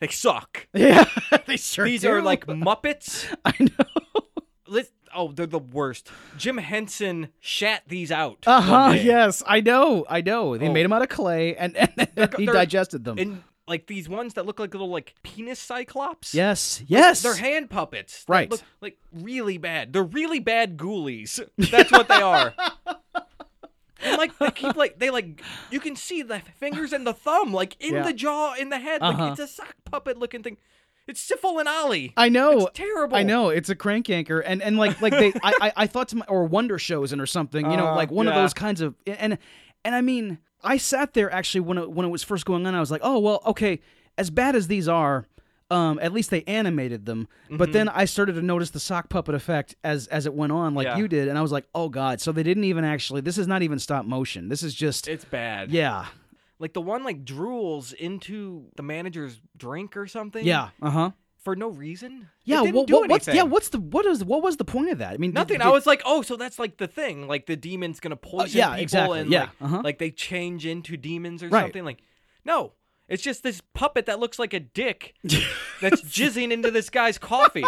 A: They suck.
B: Yeah. they sure
A: These
B: do.
A: are like Muppets.
B: I know.
A: Let's, oh, they're the worst. Jim Henson shat these out.
B: Uh
A: one
B: huh.
A: day.
B: Yes, I know. I know. They
A: Oh.
B: made him out of clay, and, and he
A: they're-
B: digested them.
A: And like these ones that look like little like penis cyclops.
B: yes. Yes.
A: They're hand puppets. that
B: Right.
A: Look, like really bad. They're really bad ghoulies. That's what they are. and like they keep like they like you can see the fingers and the thumb like in
B: Yeah.
A: the jaw in the head.
B: Uh-huh.
A: Like it's a sock puppet looking thing. It's Syphil and Ollie.
B: I know.
A: It's terrible.
B: I know it's a crank anchor, and and like like they, I, I I thought to my, or Wonder shows and or something, you know,
A: Uh,
B: like one of
A: yeah.
B: those kinds of and and I mean, I sat there actually when it, when it was first going on, I was like, oh well, okay, as bad as these are. Um, at least they animated them,
A: Mm-hmm.
B: but then I started to notice the sock puppet effect as as it went on, like
A: Yeah.
B: you did, and I was like, "Oh God!" So they didn't even actually. This is not even stop motion. This is just
A: It's bad.
B: yeah,
A: Like the one like drools into the manager's drink or something.
B: yeah, uh huh,
A: For no reason. It
B: yeah.
A: didn't
B: What,
A: do
B: what, what's yeah?
A: anything.
B: What's the what is what was the point of that? I mean, did-
A: Nothing.
B: did- Oh,
A: I was like, oh, so that's like the thing. Like the demon's gonna poison
B: yeah,
A: people,
B: exactly,
A: and
B: yeah,
A: like,
B: uh-huh.
A: like they change into demons or
B: Right.
A: something. Like, no, it's just this puppet that looks like a dick that's jizzing into this guy's coffee.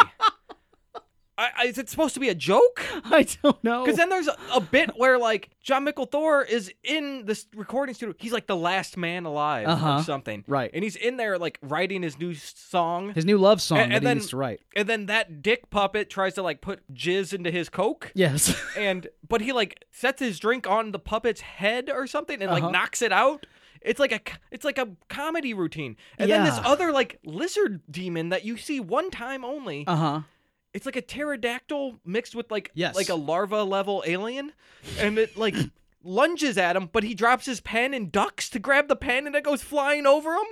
A: I, I, is it supposed to be a joke?
B: I don't know
A: Because then there's a, a bit where like John Michael Thor is in this recording studio. He's like the last man alive
B: Uh-huh.
A: or something,
B: Right.
A: And he's in there like writing his new s- song.
B: his new love song
A: And-
B: that
A: and
B: he
A: then-
B: needs to write.
A: and then that dick puppet tries to like put jizz into his coke.
B: Yes.
A: and but he like sets his drink on the puppet's head or something and
B: Uh-huh.
A: like knocks it out it's like a co- it's like a comedy routine and then this
B: Yeah.
A: other like lizard demon that you see one time only
B: Uh huh.
A: it's like a pterodactyl mixed with like
B: Yes.
A: like a larva level alien and it like lunges at him but he drops his pen and ducks to grab the pen and it goes flying over him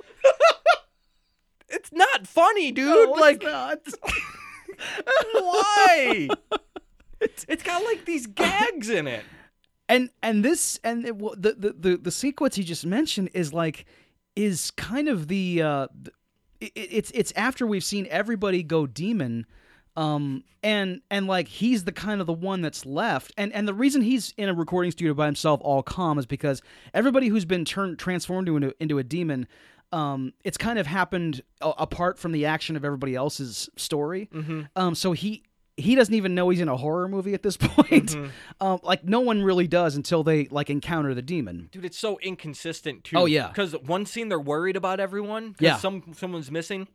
A: it's not funny dude like why it's got like these gags in it
B: and and this and it, well, the, the the the sequence you just mentioned is like is kind of the uh th- it, it's it's after we've seen everybody go demon um and and like he's the kind of the one that's left and and the reason he's in a recording studio by himself all calm is because everybody who's been turned transformed into into a demon um it's kind of happened a- apart from the action of everybody else's story um so he he doesn't even know he's in a horror movie at this point. Um, like no one really does until they like encounter the demon.
A: Dude, it's so inconsistent too.
B: Oh, yeah.
A: because one scene they're worried about everyone. 'cause
B: Yeah.
A: some someone's missing.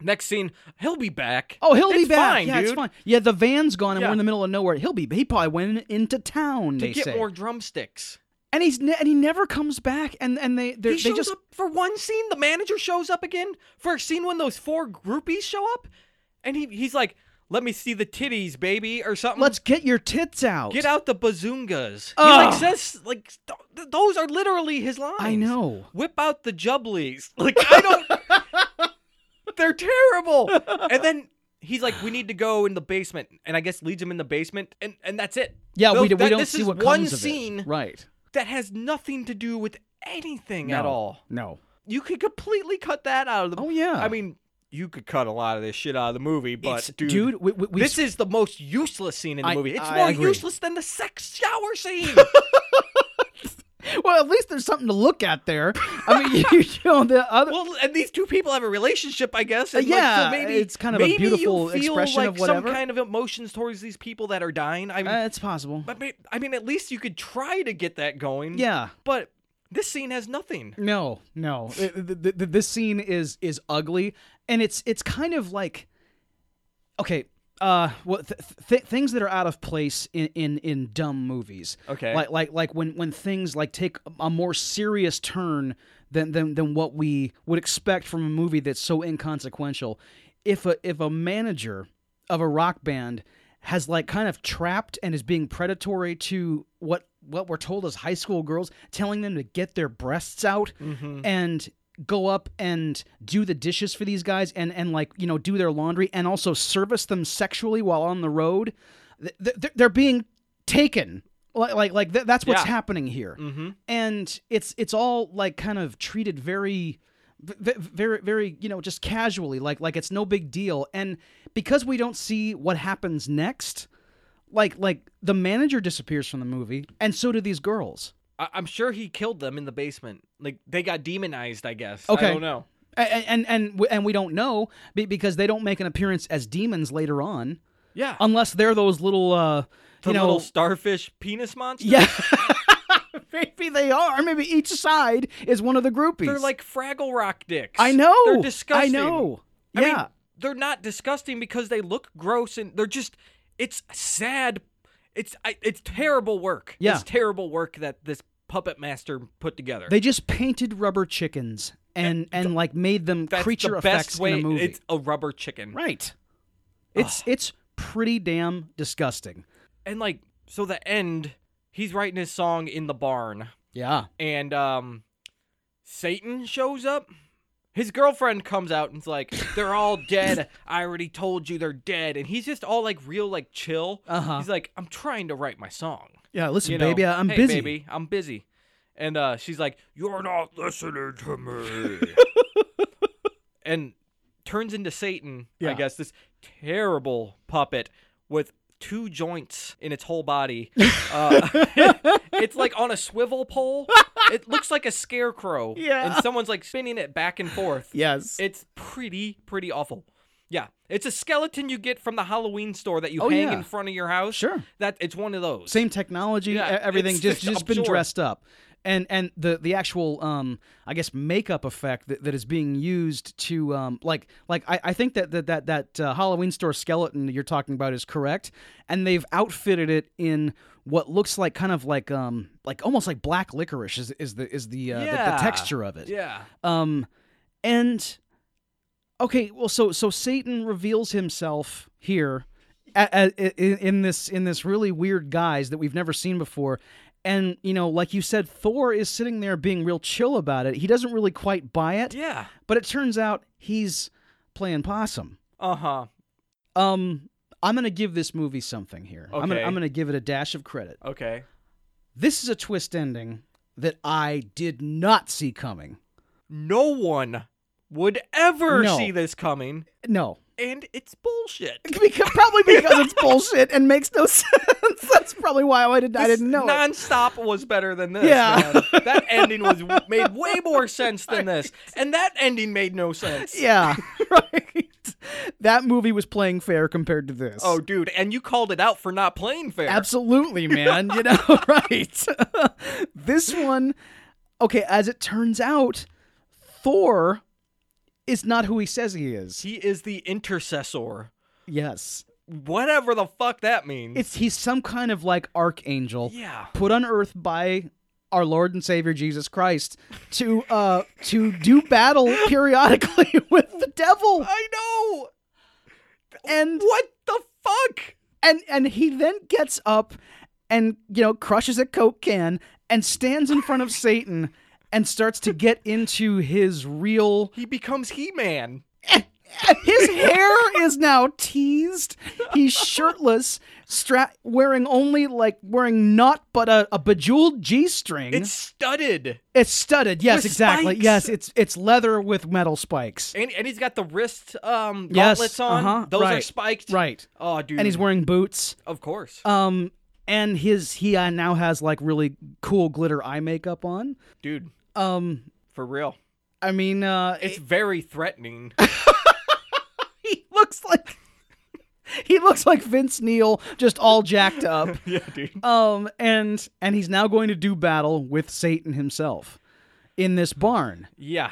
A: Next scene, he'll be back.
B: Oh, he'll be
A: It's
B: back.
A: Fine,
B: yeah,
A: dude.
B: it's fine. Yeah, the van's gone and
A: Yeah.
B: we're in the middle of nowhere. He'll be. He probably went into town.
A: To
B: they
A: get
B: say.
A: more drumsticks.
B: and he's ne- and he never comes back. And and they they're-
A: He
B: they
A: shows
B: just
A: up for one scene. The manager shows up again for a scene when those four groupies show up, and he he's like, "Let me see the titties, baby," or something.
B: let's get your tits out.
A: get out the bazoongas. He
B: Ugh.
A: like says like th- th- those are literally his lines.
B: I know.
A: Whip out the jubblies. Like I don't. They're terrible. And then. He's like, we need to go in the basement, and I guess leads him in the basement, and, and that's it.
B: Yeah,
A: Tho-
B: we, d- we
A: that-
B: don't
A: this
B: see
A: is
B: what
A: one
B: comes
A: scene
B: of it. Right.
A: that has nothing to do with anything at
B: No.
A: all
B: No.
A: you could completely cut that out of the.
B: Oh, yeah.
A: I mean, you could cut a lot of this shit out of the movie, but
B: It's-
A: dude,
B: dude, we- we- we
A: this
B: s-
A: is the most useless scene in the
B: I-
A: movie. It's
B: I
A: more
B: agree.
A: useless than the sex shower scene.
B: Well, at least there's something to look at there. I mean, you, you know the other.
A: well, and these two people have a relationship, I guess. and,
B: Yeah,
A: like, so maybe
B: it's kind of a
A: maybe
B: beautiful
A: you feel
B: expression
A: like
B: of whatever.
A: Some kind of emotions towards these people that are dying. I mean,
B: Uh, it's possible.
A: but may- I mean, at least you could try to get that going.
B: Yeah.
A: but this scene has nothing.
B: No, no. Th- th- th- this scene is is ugly, and it's it's kind of like, okay, uh, well, th- th- things that are out of place in in, in dumb movies.
A: Okay.
B: like like like when when things like take a more serious turn than than than what we would expect from a movie that's so inconsequential. If a if a manager of a rock band has like kind of trapped and is being predatory to what what we're told as high school girls telling them to get their breasts out
A: Mm-hmm.
B: and go up and do the dishes for these guys and and like you know do their laundry and also service them sexually while on the road Th- th- they're being taken like like like th- that's what's
A: Yeah.
B: happening here
A: Mhm.
B: and it's it's all like kind of treated very v- v- very very you know just casually like like it's no big deal and because we don't see what happens next like like the manager disappears from the movie and so do these girls
A: I- I'm sure he killed them in the basement. Like they got demonized, I guess.
B: Okay.
A: I don't know.
B: A- a- and and w- and we don't know be- because they don't make an appearance as demons later on
A: Yeah.
B: unless they're those little uh
A: the
B: Um, you know
A: little starfish penis monster.
B: yeah maybe they are maybe each side is one of the groupies
A: They're like Fraggle Rock dicks.
B: I know.
A: They're disgusting.
B: I know.
A: I
B: Yeah.
A: mean, they're not disgusting because they look gross and they're just. It's sad. It's I, it's terrible work.
B: Yeah.
A: It's terrible work that this puppet master put together.
B: they just painted rubber chickens and and like made them
A: That's
B: creature
A: the best
B: effects
A: way.
B: in a movie.
A: It's a rubber chicken.
B: right. It's it's pretty damn disgusting.
A: And like so, the end. He's writing his song in the barn,
B: Yeah.
A: and um, Satan shows up. His girlfriend comes out and's like, "They're all dead. I already told you they're dead." And he's just all like real, like chill.
B: Uh-huh.
A: He's like, "I'm trying to write my song,
B: Yeah, listen
A: you know,
B: baby, I- I'm
A: hey,
B: busy.
A: Baby, I'm busy." And uh, she's like, "You're not listening to me," and turns into Satan.
B: Yeah.
A: I guess this terrible puppet with two joints in its whole body. Uh, it's like on a swivel pole. It looks like a scarecrow.
B: Yeah.
A: And someone's like spinning it back and forth.
B: Yes.
A: It's pretty, pretty awful. Yeah. It's a skeleton you get from the Halloween store that you
B: Oh,
A: hang
B: yeah.
A: in front of your house.
B: Sure.
A: That it's one of those.
B: Same technology,
A: Yeah,
B: e- everything
A: it's
B: just
A: just
B: just been
A: absorbed.
B: dressed up. And and the the actual um I guess makeup effect that, that is being used to um like like I, I think that that that, that uh, Halloween store skeleton that you're talking about is correct and they've outfitted it in what looks like kind of like um like almost like black licorice is is the is the uh, the- the,
A: Yeah.
B: texture of it
A: Yeah.
B: um and okay, well so so Satan reveals himself here a- a- in, in this in this really weird guise that we've never seen before. And you know, like you said, Thor is sitting there being real chill about it. He doesn't really quite buy it,
A: Yeah.
B: but it turns out he's playing possum.
A: Uh huh.
B: Uh-huh. Um, I'm gonna give this movie something here. I'm gonna
A: Okay.
B: I'm gonna give it a dash of credit.
A: Okay.
B: This is a twist ending that I did not see coming.
A: No one would ever
B: No.
A: see this coming,
B: No.
A: and it's bullshit.
B: Because, probably because it's bullshit and makes no sense. That's probably why I didn't, I
A: This
B: didn't know. it.
A: Nonstop was better than this.
B: Yeah.
A: man. that ending was made way more sense than this, and that ending made no sense.
B: Yeah, right. That movie was playing fair compared to this.
A: Oh, dude, and you called it out for not playing fair.
B: absolutely, man. you know, right. this one, okay, as it turns out, Thor is not who he says he is.
A: He is the intercessor,
B: Yes.
A: whatever the fuck that means.
B: It's he's some kind of like archangel
A: yeah.
B: put on earth by our Lord and Savior Jesus Christ to uh to do battle periodically with the devil.
A: I know.
B: And
A: What the fuck?
B: and and he then gets up and you know crushes a coke can and stands in front of satan and starts to get into his real
A: He becomes He-Man.
B: his hair is now teased he's shirtless stra- wearing only like wearing not but a, a bejeweled g-string
A: It's studded,
B: It's studded yes
A: with
B: exactly
A: spikes.
B: yes it's it's leather with metal spikes
A: and and he's got the wrist um
B: Yes,
A: gauntlets on.
B: uh-huh,
A: Those are
B: right,
A: spiked.
B: right
A: Oh, dude.
B: and he's wearing boots
A: of course,
B: um and his he uh, now has like really cool glitter eye makeup on
A: dude.
B: um
A: For real,
B: I mean, uh,
A: it's very threatening.
B: he looks like he looks like Vince Neil, just all jacked up.
A: yeah, dude.
B: Um, and and he's now going to do battle with Satan himself in this barn.
A: Yeah,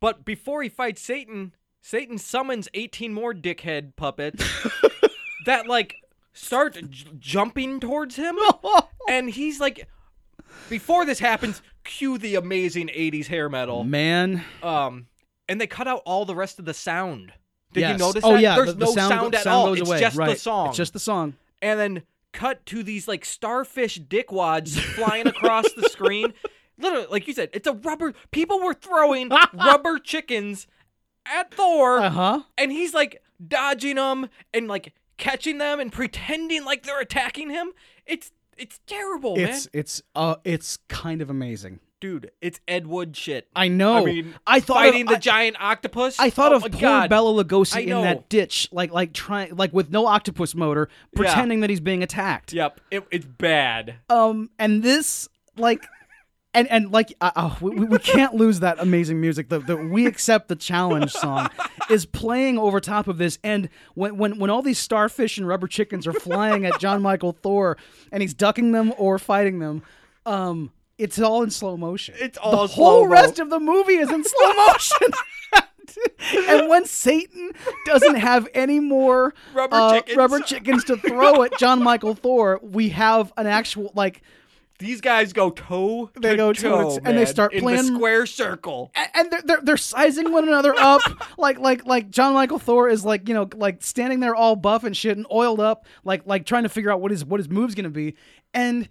A: but before he fights Satan, Satan summons eighteen more dickhead puppets that like start j- jumping towards him, and he's like, before this happens, cue the amazing '80s hair metal.
B: Man,
A: Um, and they cut out all the rest of the sound. Did you
B: yes.
A: notice?
B: Oh
A: that?
B: yeah,
A: there's
B: the, the
A: no
B: sound,
A: sound,
B: go-
A: at
B: sound
A: all.
B: Goes
A: it's
B: away.
A: just
B: right.
A: the song.
B: It's just the song.
A: And then cut to these like starfish dickwads flying across the screen. Literally, like you said, it's a rubber. People were throwing rubber chickens at Thor,
B: Uh huh.
A: and he's like dodging them and like catching them and pretending like they're attacking him. It's it's terrible, man.
B: It's it's uh it's kind of amazing.
A: Dude, it's Ed Wood shit.
B: I know.
A: I mean,
B: Oh, I thought
A: fighting
B: of,
A: the giant octopus.
B: I thought
A: Oh
B: of
A: my
B: poor
A: God.
B: Bella
A: I
B: Lugosi in
A: know.
B: that ditch, like like trying like with no octopus motor, pretending that he's being attacked.
A: Yep, it, it's bad.
B: Um, and this like, and and like, uh, oh, we, we- we can't lose that amazing music. The the we accept the challenge song is playing over top of this, and when when when all these starfish and rubber chickens are flying at John Michael Thor, and he's ducking them or fighting them, um. It's all in slow motion.
A: It's all
B: the whole
A: slow-mo.
B: rest of the movie is in slow motion. and when Satan doesn't have any more
A: Rubber
B: uh,
A: chickens.
B: rubber chickens to throw at John Michael Thor, we have an actual like,
A: These guys go toe.
B: They
A: to
B: go
A: toe,
B: toe to- and they
A: man,
B: start
A: in
B: playing-
A: the square circle.
B: a- and they're they're, they're sizing one another up, like like like John Michael Thor is like you know like standing there all buff and shit and oiled up, like like trying to figure out what his what his move's gonna be, and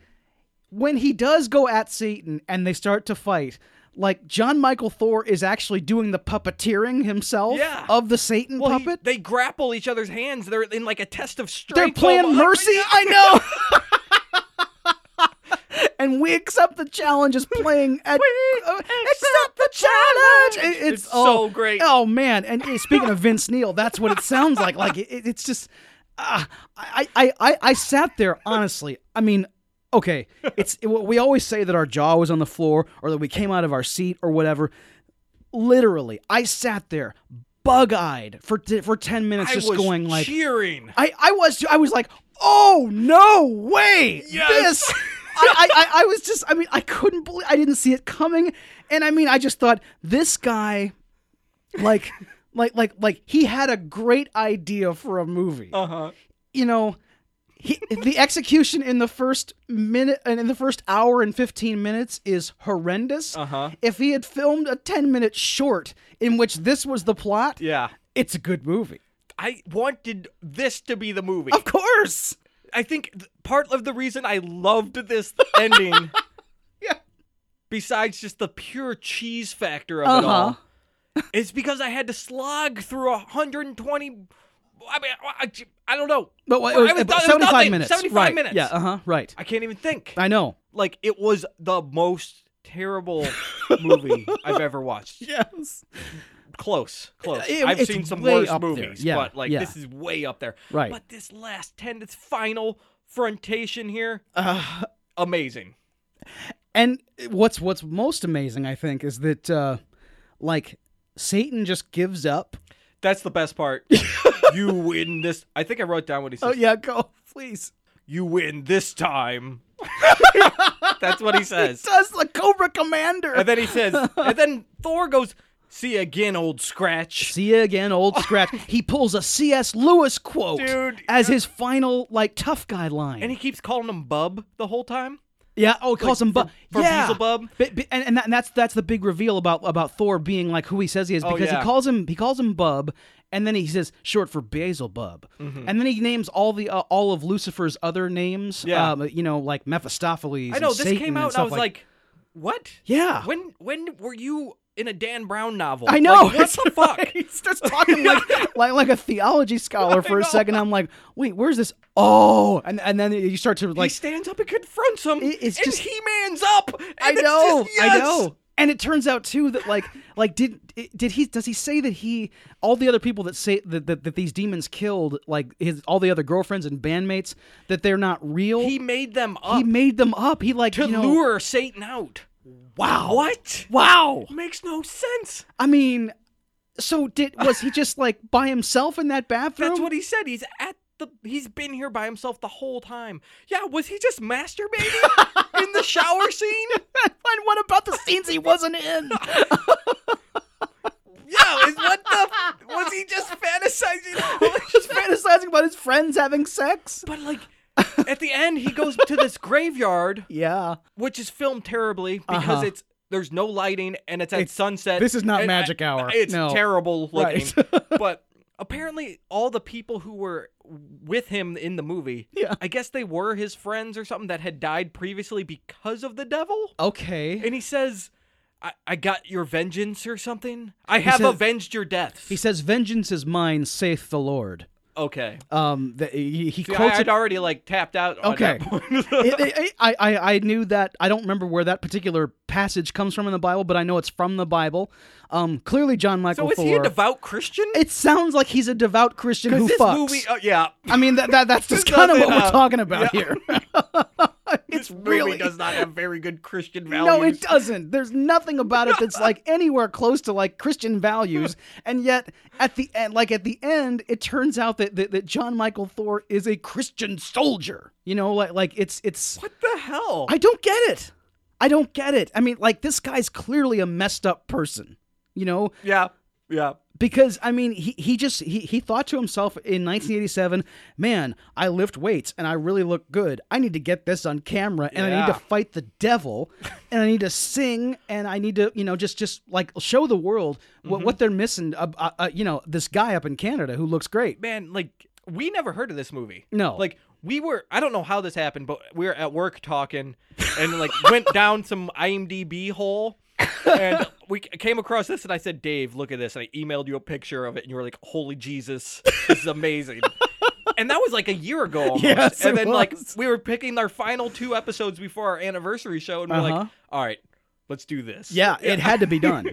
B: when he does go at Satan and they start to fight. Like John Michael Thor is actually doing the puppeteering himself
A: Yeah.
B: of the Satan
A: Well, he-
B: puppet.
A: they grapple each other's hands. They're in like a test of strength. Oh,
B: They're playing
A: almost.
B: Mercy. I know. and we accept the challenge is playing at we accept the challenge. It- it's
A: It's
B: oh,
A: so great.
B: Oh man! And eh, speaking of Vince Neil, that's what it sounds like. Like it, it's just, ah, I, I, I, I sat there honestly. I mean. Okay, it's we always say that our jaw was on the floor or that we came out of our seat or whatever. Literally, I sat there bug-eyed for t- for 10 minutes
A: I
B: just
A: was
B: going like
A: cheering.
B: I, I was I was like, oh no way!
A: Yes.
B: This I, I, I, I was just I mean I couldn't believe I didn't see it coming. And I mean I just thought this guy like like like like he had a great idea for a movie.
A: Uh huh.
B: You know, he, the execution in the first minute and in the first hour and 15 minutes is horrendous.
A: Uh-huh.
B: If he had filmed a 10 minute short in which this was the plot,
A: Yeah.
B: it's a good movie.
A: I wanted this to be the movie.
B: Of course.
A: I think th- part of the reason I loved this ending,
B: Yeah.
A: besides just the pure cheese factor of it
B: Uh-huh.
A: all, is because I had to slog through 120. I mean, I, I don't know.
B: But what,
A: I
B: it was,
A: was
B: about
A: done- it was
B: 75
A: nothing.
B: minutes.
A: 75
B: right.
A: minutes.
B: Yeah, uh huh, right.
A: I can't even think.
B: I know.
A: Like it was the most terrible movie I've ever watched.
B: Yes.
A: Close, close.
B: It-
A: I've
B: it's
A: seen some
B: way
A: worse
B: up there.
A: movies,
B: Yeah,
A: but like
B: yeah.
A: this is way up there.
B: Right.
A: But this last ten, this final frontation here,
B: Uh,
A: amazing.
B: and what's what's most amazing, I think, is that uh, like Satan just gives up.
A: That's the best part. you win this. I think I wrote down what he said.
B: yeah, go please.
A: You win this time. That's what he says.
B: Does the Cobra Commander?
A: And then he says, and then Thor goes, "See you again, old Scratch."
B: See you again, old scratch. he pulls a C.S. Lewis quote
A: Dude,
B: as his final like tough guy line.
A: And he keeps calling him Bub the whole time.
B: yeah, oh, he calls him
A: for-
B: Bub.
A: for
B: yeah,
A: Beelzebub?
B: But- but- and, and, that, and that's that's the big reveal about about Thor being like who he says he is because
A: Oh, yeah.
B: he calls him he calls him Bub, and then he says short for Beelzebub,
A: Mm-hmm.
B: and then he names all the uh, all of Lucifer's other names.
A: Yeah.
B: um, you know like Mephistopheles.
A: I know
B: and
A: this
B: Satan
A: came out, and I
B: stuff
A: was like, "What?
B: yeah.
A: When when were you in a Dan Brown novel?
B: I know.
A: Like, what the fuck?
B: He starts talking like, like like a theology scholar for a
A: know.
B: second. I'm like, wait, where's this? Oh, and and then you start to
A: He
B: like,
A: stands up and confronts him.
B: It- it's
A: and
B: just-
A: he man's up. and
B: I
A: it's
B: know,
A: just, yes!
B: I know. And it turns out too that like like did did he does he say that he all the other people that say that that, that these demons killed like his all the other girlfriends and bandmates that they're not real.
A: He made them
B: He
A: up
B: made them up. He like
A: to
B: you know,
A: lure Satan out.
B: Wow.
A: What?
B: Wow.
A: Makes no sense.
B: I mean, so did was he just like by himself in that bathroom?
A: That's what he said. He's at the. He's been here by himself the whole time. Yeah, was he just masturbating in the shower scene?
B: and what about the scenes he wasn't in?
A: Yeah, is what the. Was he just fantasizing?
B: Just fantasizing about his friends having sex?
A: but like, at the end, he goes to this graveyard,
B: Yeah.
A: which is filmed terribly because
B: Uh-huh.
A: it's there's no lighting and it's at
B: It's-
A: sunset.
B: this is not
A: and
B: magic hour.
A: It's
B: No.
A: terrible looking.
B: Right.
A: but apparently, all the people who were with him in the movie,
B: Yeah.
A: I guess they were his friends or something that had died previously because of the devil.
B: Okay.
A: And he says, "I, I got your vengeance or something. I have
B: says-
A: avenged your deaths."
B: He says, "Vengeance is mine, saith the Lord."
A: okay.
B: Um, that he, he
A: See, I,
B: quotes
A: I'd
B: it.
A: already like tapped out. on
B: Okay.
A: that point.
B: it- it- I, I I knew that. I don't remember where that particular passage comes from in the Bible, but I know it's from the Bible. Um, clearly, John Michael
A: so is
B: Thor.
A: he a devout Christian?
B: it sounds like he's a devout Christian who
A: this
B: fucks.
A: movie, oh, yeah,
B: I mean, that, that that's just
A: This
B: kind of
A: doesn't,
B: what we're
A: uh,
B: talking about here.
A: it's
B: really-
A: movie does not have very good Christian values.
B: No, it doesn't. There's nothing about it that's like anywhere close to like Christian values. And yet, at the end, like at the end, it turns out that that, that John Michael Thor is a Christian soldier. You know, like like it's it's.
A: What the hell?
B: I don't get it. I don't get it. I mean, like this guy's clearly a messed up person. You know,
A: yeah, yeah.
B: because I mean, he, he just he, he thought to himself in 1987, man, I lift weights and I really look good. I need to get this on camera and I need
A: Yeah.
B: to fight the devil and I need to sing and I need to you know just just like show the world what, what they're missing. Uh, uh, uh, you know, this guy up in Canada who looks great.
A: Man, like we never heard of this movie.
B: No.
A: like we were. I don't know how this happened, but we were at work talking, and like went down some IMDb hole. and we c- came across this, and I said, "Dave, look at this." And I emailed you a picture of it, and you were like, "Holy Jesus, this is amazing!" and that was like a year ago. Almost.
B: Yes,
A: and
B: it
A: then like
B: was.
A: we were picking our final two episodes before our anniversary show, and we're
B: Uh-huh.
A: like, "All right, let's do this."
B: Yeah, it had to be done.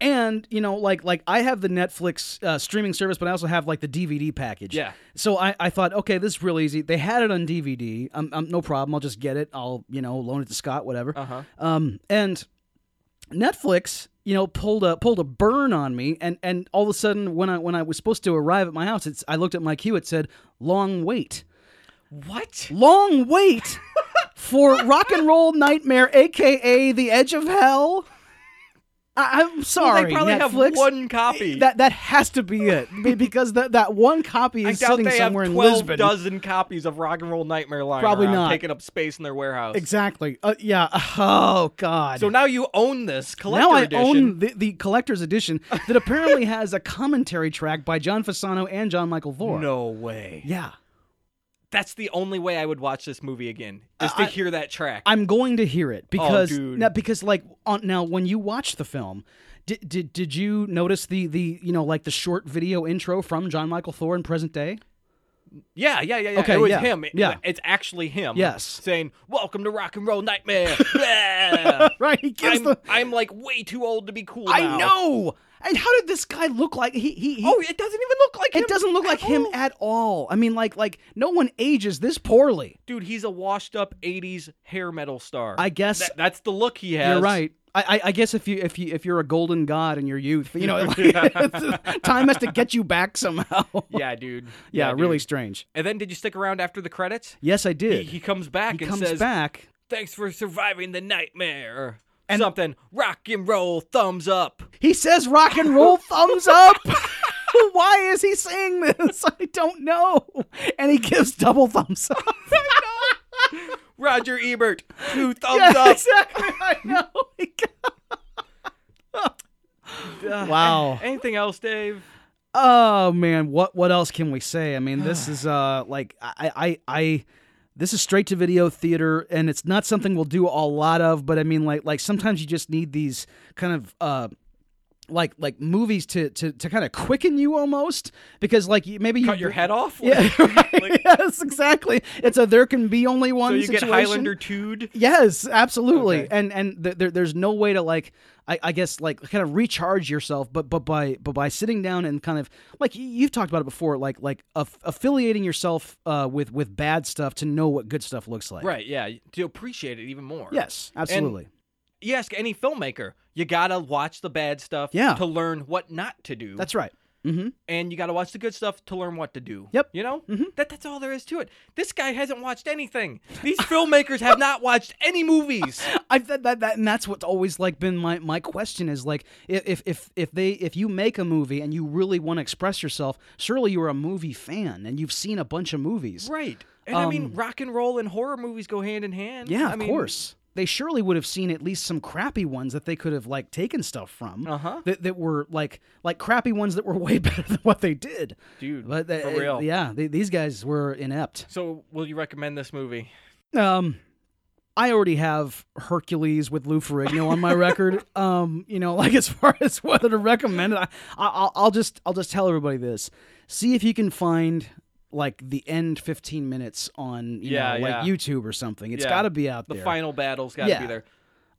B: and you know, like like I have the Netflix uh, streaming service, but I also have like the DVD package.
A: Yeah.
B: So I, I thought, okay, this is real easy. They had it on DVD. Um, um, no problem. I'll just get it. I'll you know loan it to Scott, whatever.
A: Uh huh.
B: Um, and Netflix, you know, pulled a pulled a burn on me, and and all of a sudden, when I when I was supposed to arrive at my house, it's I looked at my queue. It said long wait
A: What?
B: long wait for Rock and Roll Nightmare, aka The Edge of Hell. I- I'm sorry,
A: they probably
B: Netflix.
A: have one copy.
B: That that has to be it be- because that that one copy
A: I
B: is
A: doubt
B: sitting
A: they have
B: somewhere in
A: 12
B: Lisbon.
A: dozen copies of Rock and Roll Nightmare lying
B: Probably
A: around,
B: not.
A: taking up space in their warehouse.
B: Exactly. Uh, yeah. Oh God.
A: So now you own this collector
B: now I
A: edition.
B: own the, the collector's edition that apparently has a commentary track by John Fasano and John Michael Vore.
A: No way.
B: Yeah.
A: That's the only way I would watch this movie again is to
B: I-
A: hear that track.
B: I'm going to hear it because
A: Oh, dude.
B: now because like on, now when you watch the film, did, did did you notice the the you know like the short video intro from John Michael Thor in present day?
A: Yeah, yeah, yeah, yeah.
B: Okay,
A: it was
B: yeah,
A: him. It-
B: yeah.
A: it's actually him.
B: Yes.
A: saying "Welcome to Rock and Roll Nightmare." Yeah.
B: right? He gives
A: I'm,
B: the.
A: I'm like way too old to be cool.
B: I
A: now.
B: know. And how did this guy look like? He he. he
A: Oh, it doesn't even look like him.
B: it doesn't look
A: at
B: like him
A: all.
B: at all. I mean, like like no one ages this poorly.
A: Dude, he's a washed-up '80s hair metal star.
B: I guess
A: That- that's the look he has.
B: You're right. I, I, I guess if you if you if you're a golden god in your youth, you know, like, time has to get you back somehow.
A: Yeah, dude.
B: Yeah,
A: dude.
B: really strange.
A: And then, did you stick around after the credits?
B: Yes, I
A: He,
B: did.
A: he comes back and
B: comes
A: says,
B: back.
A: "Thanks for surviving the nightmare." or Something rock and roll, thumbs up.
B: He says rock and roll thumbs up. Why is he saying this? I don't know. And he gives double thumbs up.
A: Roger Ebert, two thumbs
B: Yeah,
A: up.
B: exactly. I know.
A: Uh,
B: Wow.
A: an- Anything else, Dave?
B: Oh man, what what else can we say? I mean, this is uh like I I I this is straight to video theater and it's not something we'll do a lot of, but I mean like like sometimes you just need these kind of uh like like movies to to to kind of quicken you almost because like you- maybe you
A: Cut your head off?
B: Yeah,
A: so
B: right. yes, exactly. It's a there can be only one
A: you
B: situation.
A: get Highlander Tude.
B: Yes, absolutely.
A: Okay.
B: And and th- there, there's no way to like I, I guess like kind of recharge yourself, but but by but by sitting down and kind of like y- you've talked about it before, like like aff- affiliating yourself uh, with with bad stuff to know what good stuff looks like.
A: Right, yeah, to appreciate it even more.
B: Yes, absolutely.
A: You ask any filmmaker, you gotta watch the bad stuff
B: Yeah.
A: to learn what not to do.
B: That's right. Mm-hmm.
A: and you gotta watch the good stuff to learn what to do.
B: Yep. Mm-hmm.
A: You know? That that's all there is to it. This guy hasn't watched anything. These filmmakers have not watched any movies.
B: I've that, that that and that's what's always like been my my question is like i- if if if they if you make a movie and you really want to express yourself, surely you're a movie fan and you've seen a bunch of movies.
A: Right. And I mean rock and roll and horror movies go hand in hand.
B: Um, Yeah,
A: I
B: of
A: mean,
B: course. They surely would have seen at least some crappy ones that they could have like taken stuff from
A: Uh-huh.
B: that that were like like crappy ones that were way better than what they did.
A: Dude,
B: But they,
A: for real.
B: yeah, they, these guys were inept.
A: So will you recommend this movie?
B: Um, I already have Hercules with Lou Ferrigno on my record. Um, you know, like as far as whether to recommend it, I, I, I'll, I'll just I'll just tell everybody this. See if you can find like the end 15 minutes on you
A: Yeah,
B: know, like
A: yeah.
B: YouTube or something. It's
A: Yeah.
B: got to be out
A: The
B: there.
A: final battle's gotta
B: Yeah.
A: be there.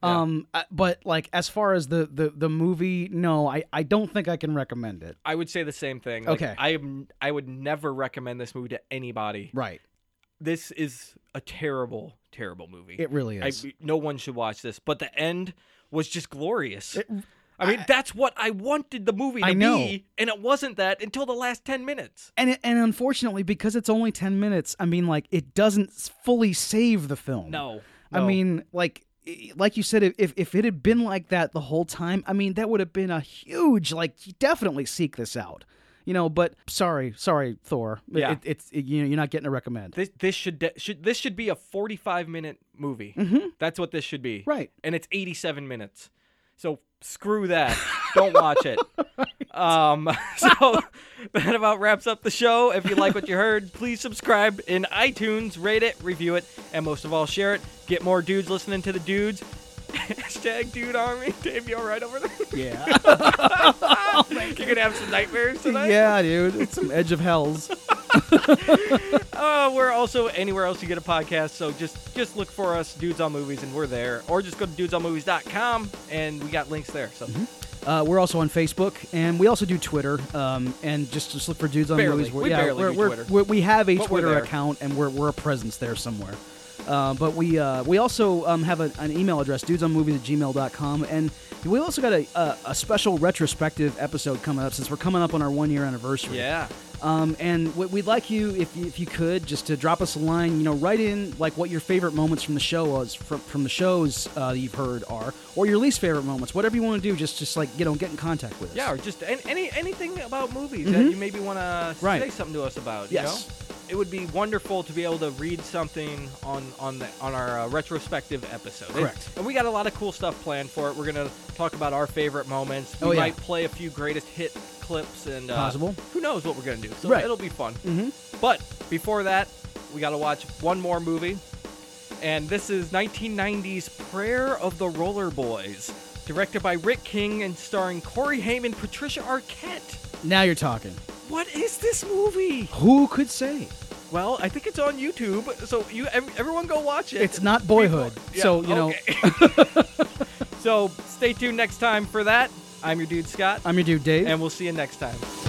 A: Yeah.
B: Um, I- but like as far as the the the movie, no, I I don't think I can recommend it.
A: I would say the same thing. Like,
B: Okay.
A: I am I would never recommend this movie to anybody.
B: Right,
A: This is a terrible, terrible movie.
B: it really is.
A: I, no one should watch this, but the end was just glorious. I mean, that's what I wanted the movie to
B: I know.
A: be, and it wasn't that until the last 10 minutes.
B: and it, and unfortunately, because it's only ten minutes, I mean, like it doesn't s- fully save the film.
A: No.
B: I
A: no.
B: mean, like i- like you said, if if it had been like that the whole time, I mean, that would have been a huge like. Definitely seek this out, you know. But sorry, sorry, Thor. It-
A: Yeah.
B: it, it's it, you know you're not getting a recommend.
A: this this should de- should this should be a 45 minute movie. That's what this should be.
B: Mm-hmm. Right.
A: And it's 87 minutes. So screw that. Don't watch it. Um so that about wraps up the show. If you like what you heard, please subscribe in iTunes, rate it, review it, and most of all share it. Get more dudes listening to the dudes. Hashtag dude army. Dave, you alright over there?
B: Yeah,
A: You're gonna have some nightmares tonight.
B: Oh yeah, dude. It's some edge of hell's.
A: Uh, we're also anywhere else you get a podcast, so just just look for us, Dudes on Movies, and we're there. Or just go to dudesonmovies.com, and we got links there. So
B: Uh, we're also on Facebook, and we also do Twitter. Um, and just, just look for dudes on
A: Barely.
B: movies. We're-
A: We barely
B: we're,
A: do
B: we're-
A: Twitter.
B: we're- we have a
A: But we're
B: Twitter
A: there.
B: account, and we're, we're a presence there somewhere. Uh, but we uh, we also um, have a, an email address, dudesonmovies at gmail.com. And we also got a, a, a special retrospective episode coming up since we're coming up on our one year anniversary.
A: yeah,
B: Um, and we- we'd like you, if you, if you could, just to drop us a line. You know, write in like what your favorite moments from the show was from, from the shows uh, you've heard are, or your least favorite moments. Whatever you want to do, just just like you know, get in contact with us.
A: yeah, or just an- any anything about movies that you maybe want to
B: Mm-hmm. Right.
A: say something to us about.
B: Yes.
A: You know? It would be wonderful to be able to read something on on the on our uh, retrospective episode. It-
B: Correct.
A: and we got a lot of cool stuff planned for it. We're gonna talk about our favorite moments. We
B: Oh, yeah.
A: might play a few greatest hit clips and uh,
B: Possible.
A: Who knows what we're gonna do? So
B: Right. Mm-hmm.
A: it'll be fun. But before that, we got to watch one more movie. And this is 1990's Prayer of the Roller Boys, directed by Rick King and starring Corey Haim and Patricia Arquette.
B: Now you're talking.
A: What is this movie?
B: Who could say?
A: Well, I think it's on YouTube, so you ev- everyone go watch it.
B: It's not Boyhood,
A: Yeah,
B: so you know.
A: okay. so stay tuned next time for that. I'm your dude Scott,
B: I'm your dude, Dave.
A: and we'll see you next time.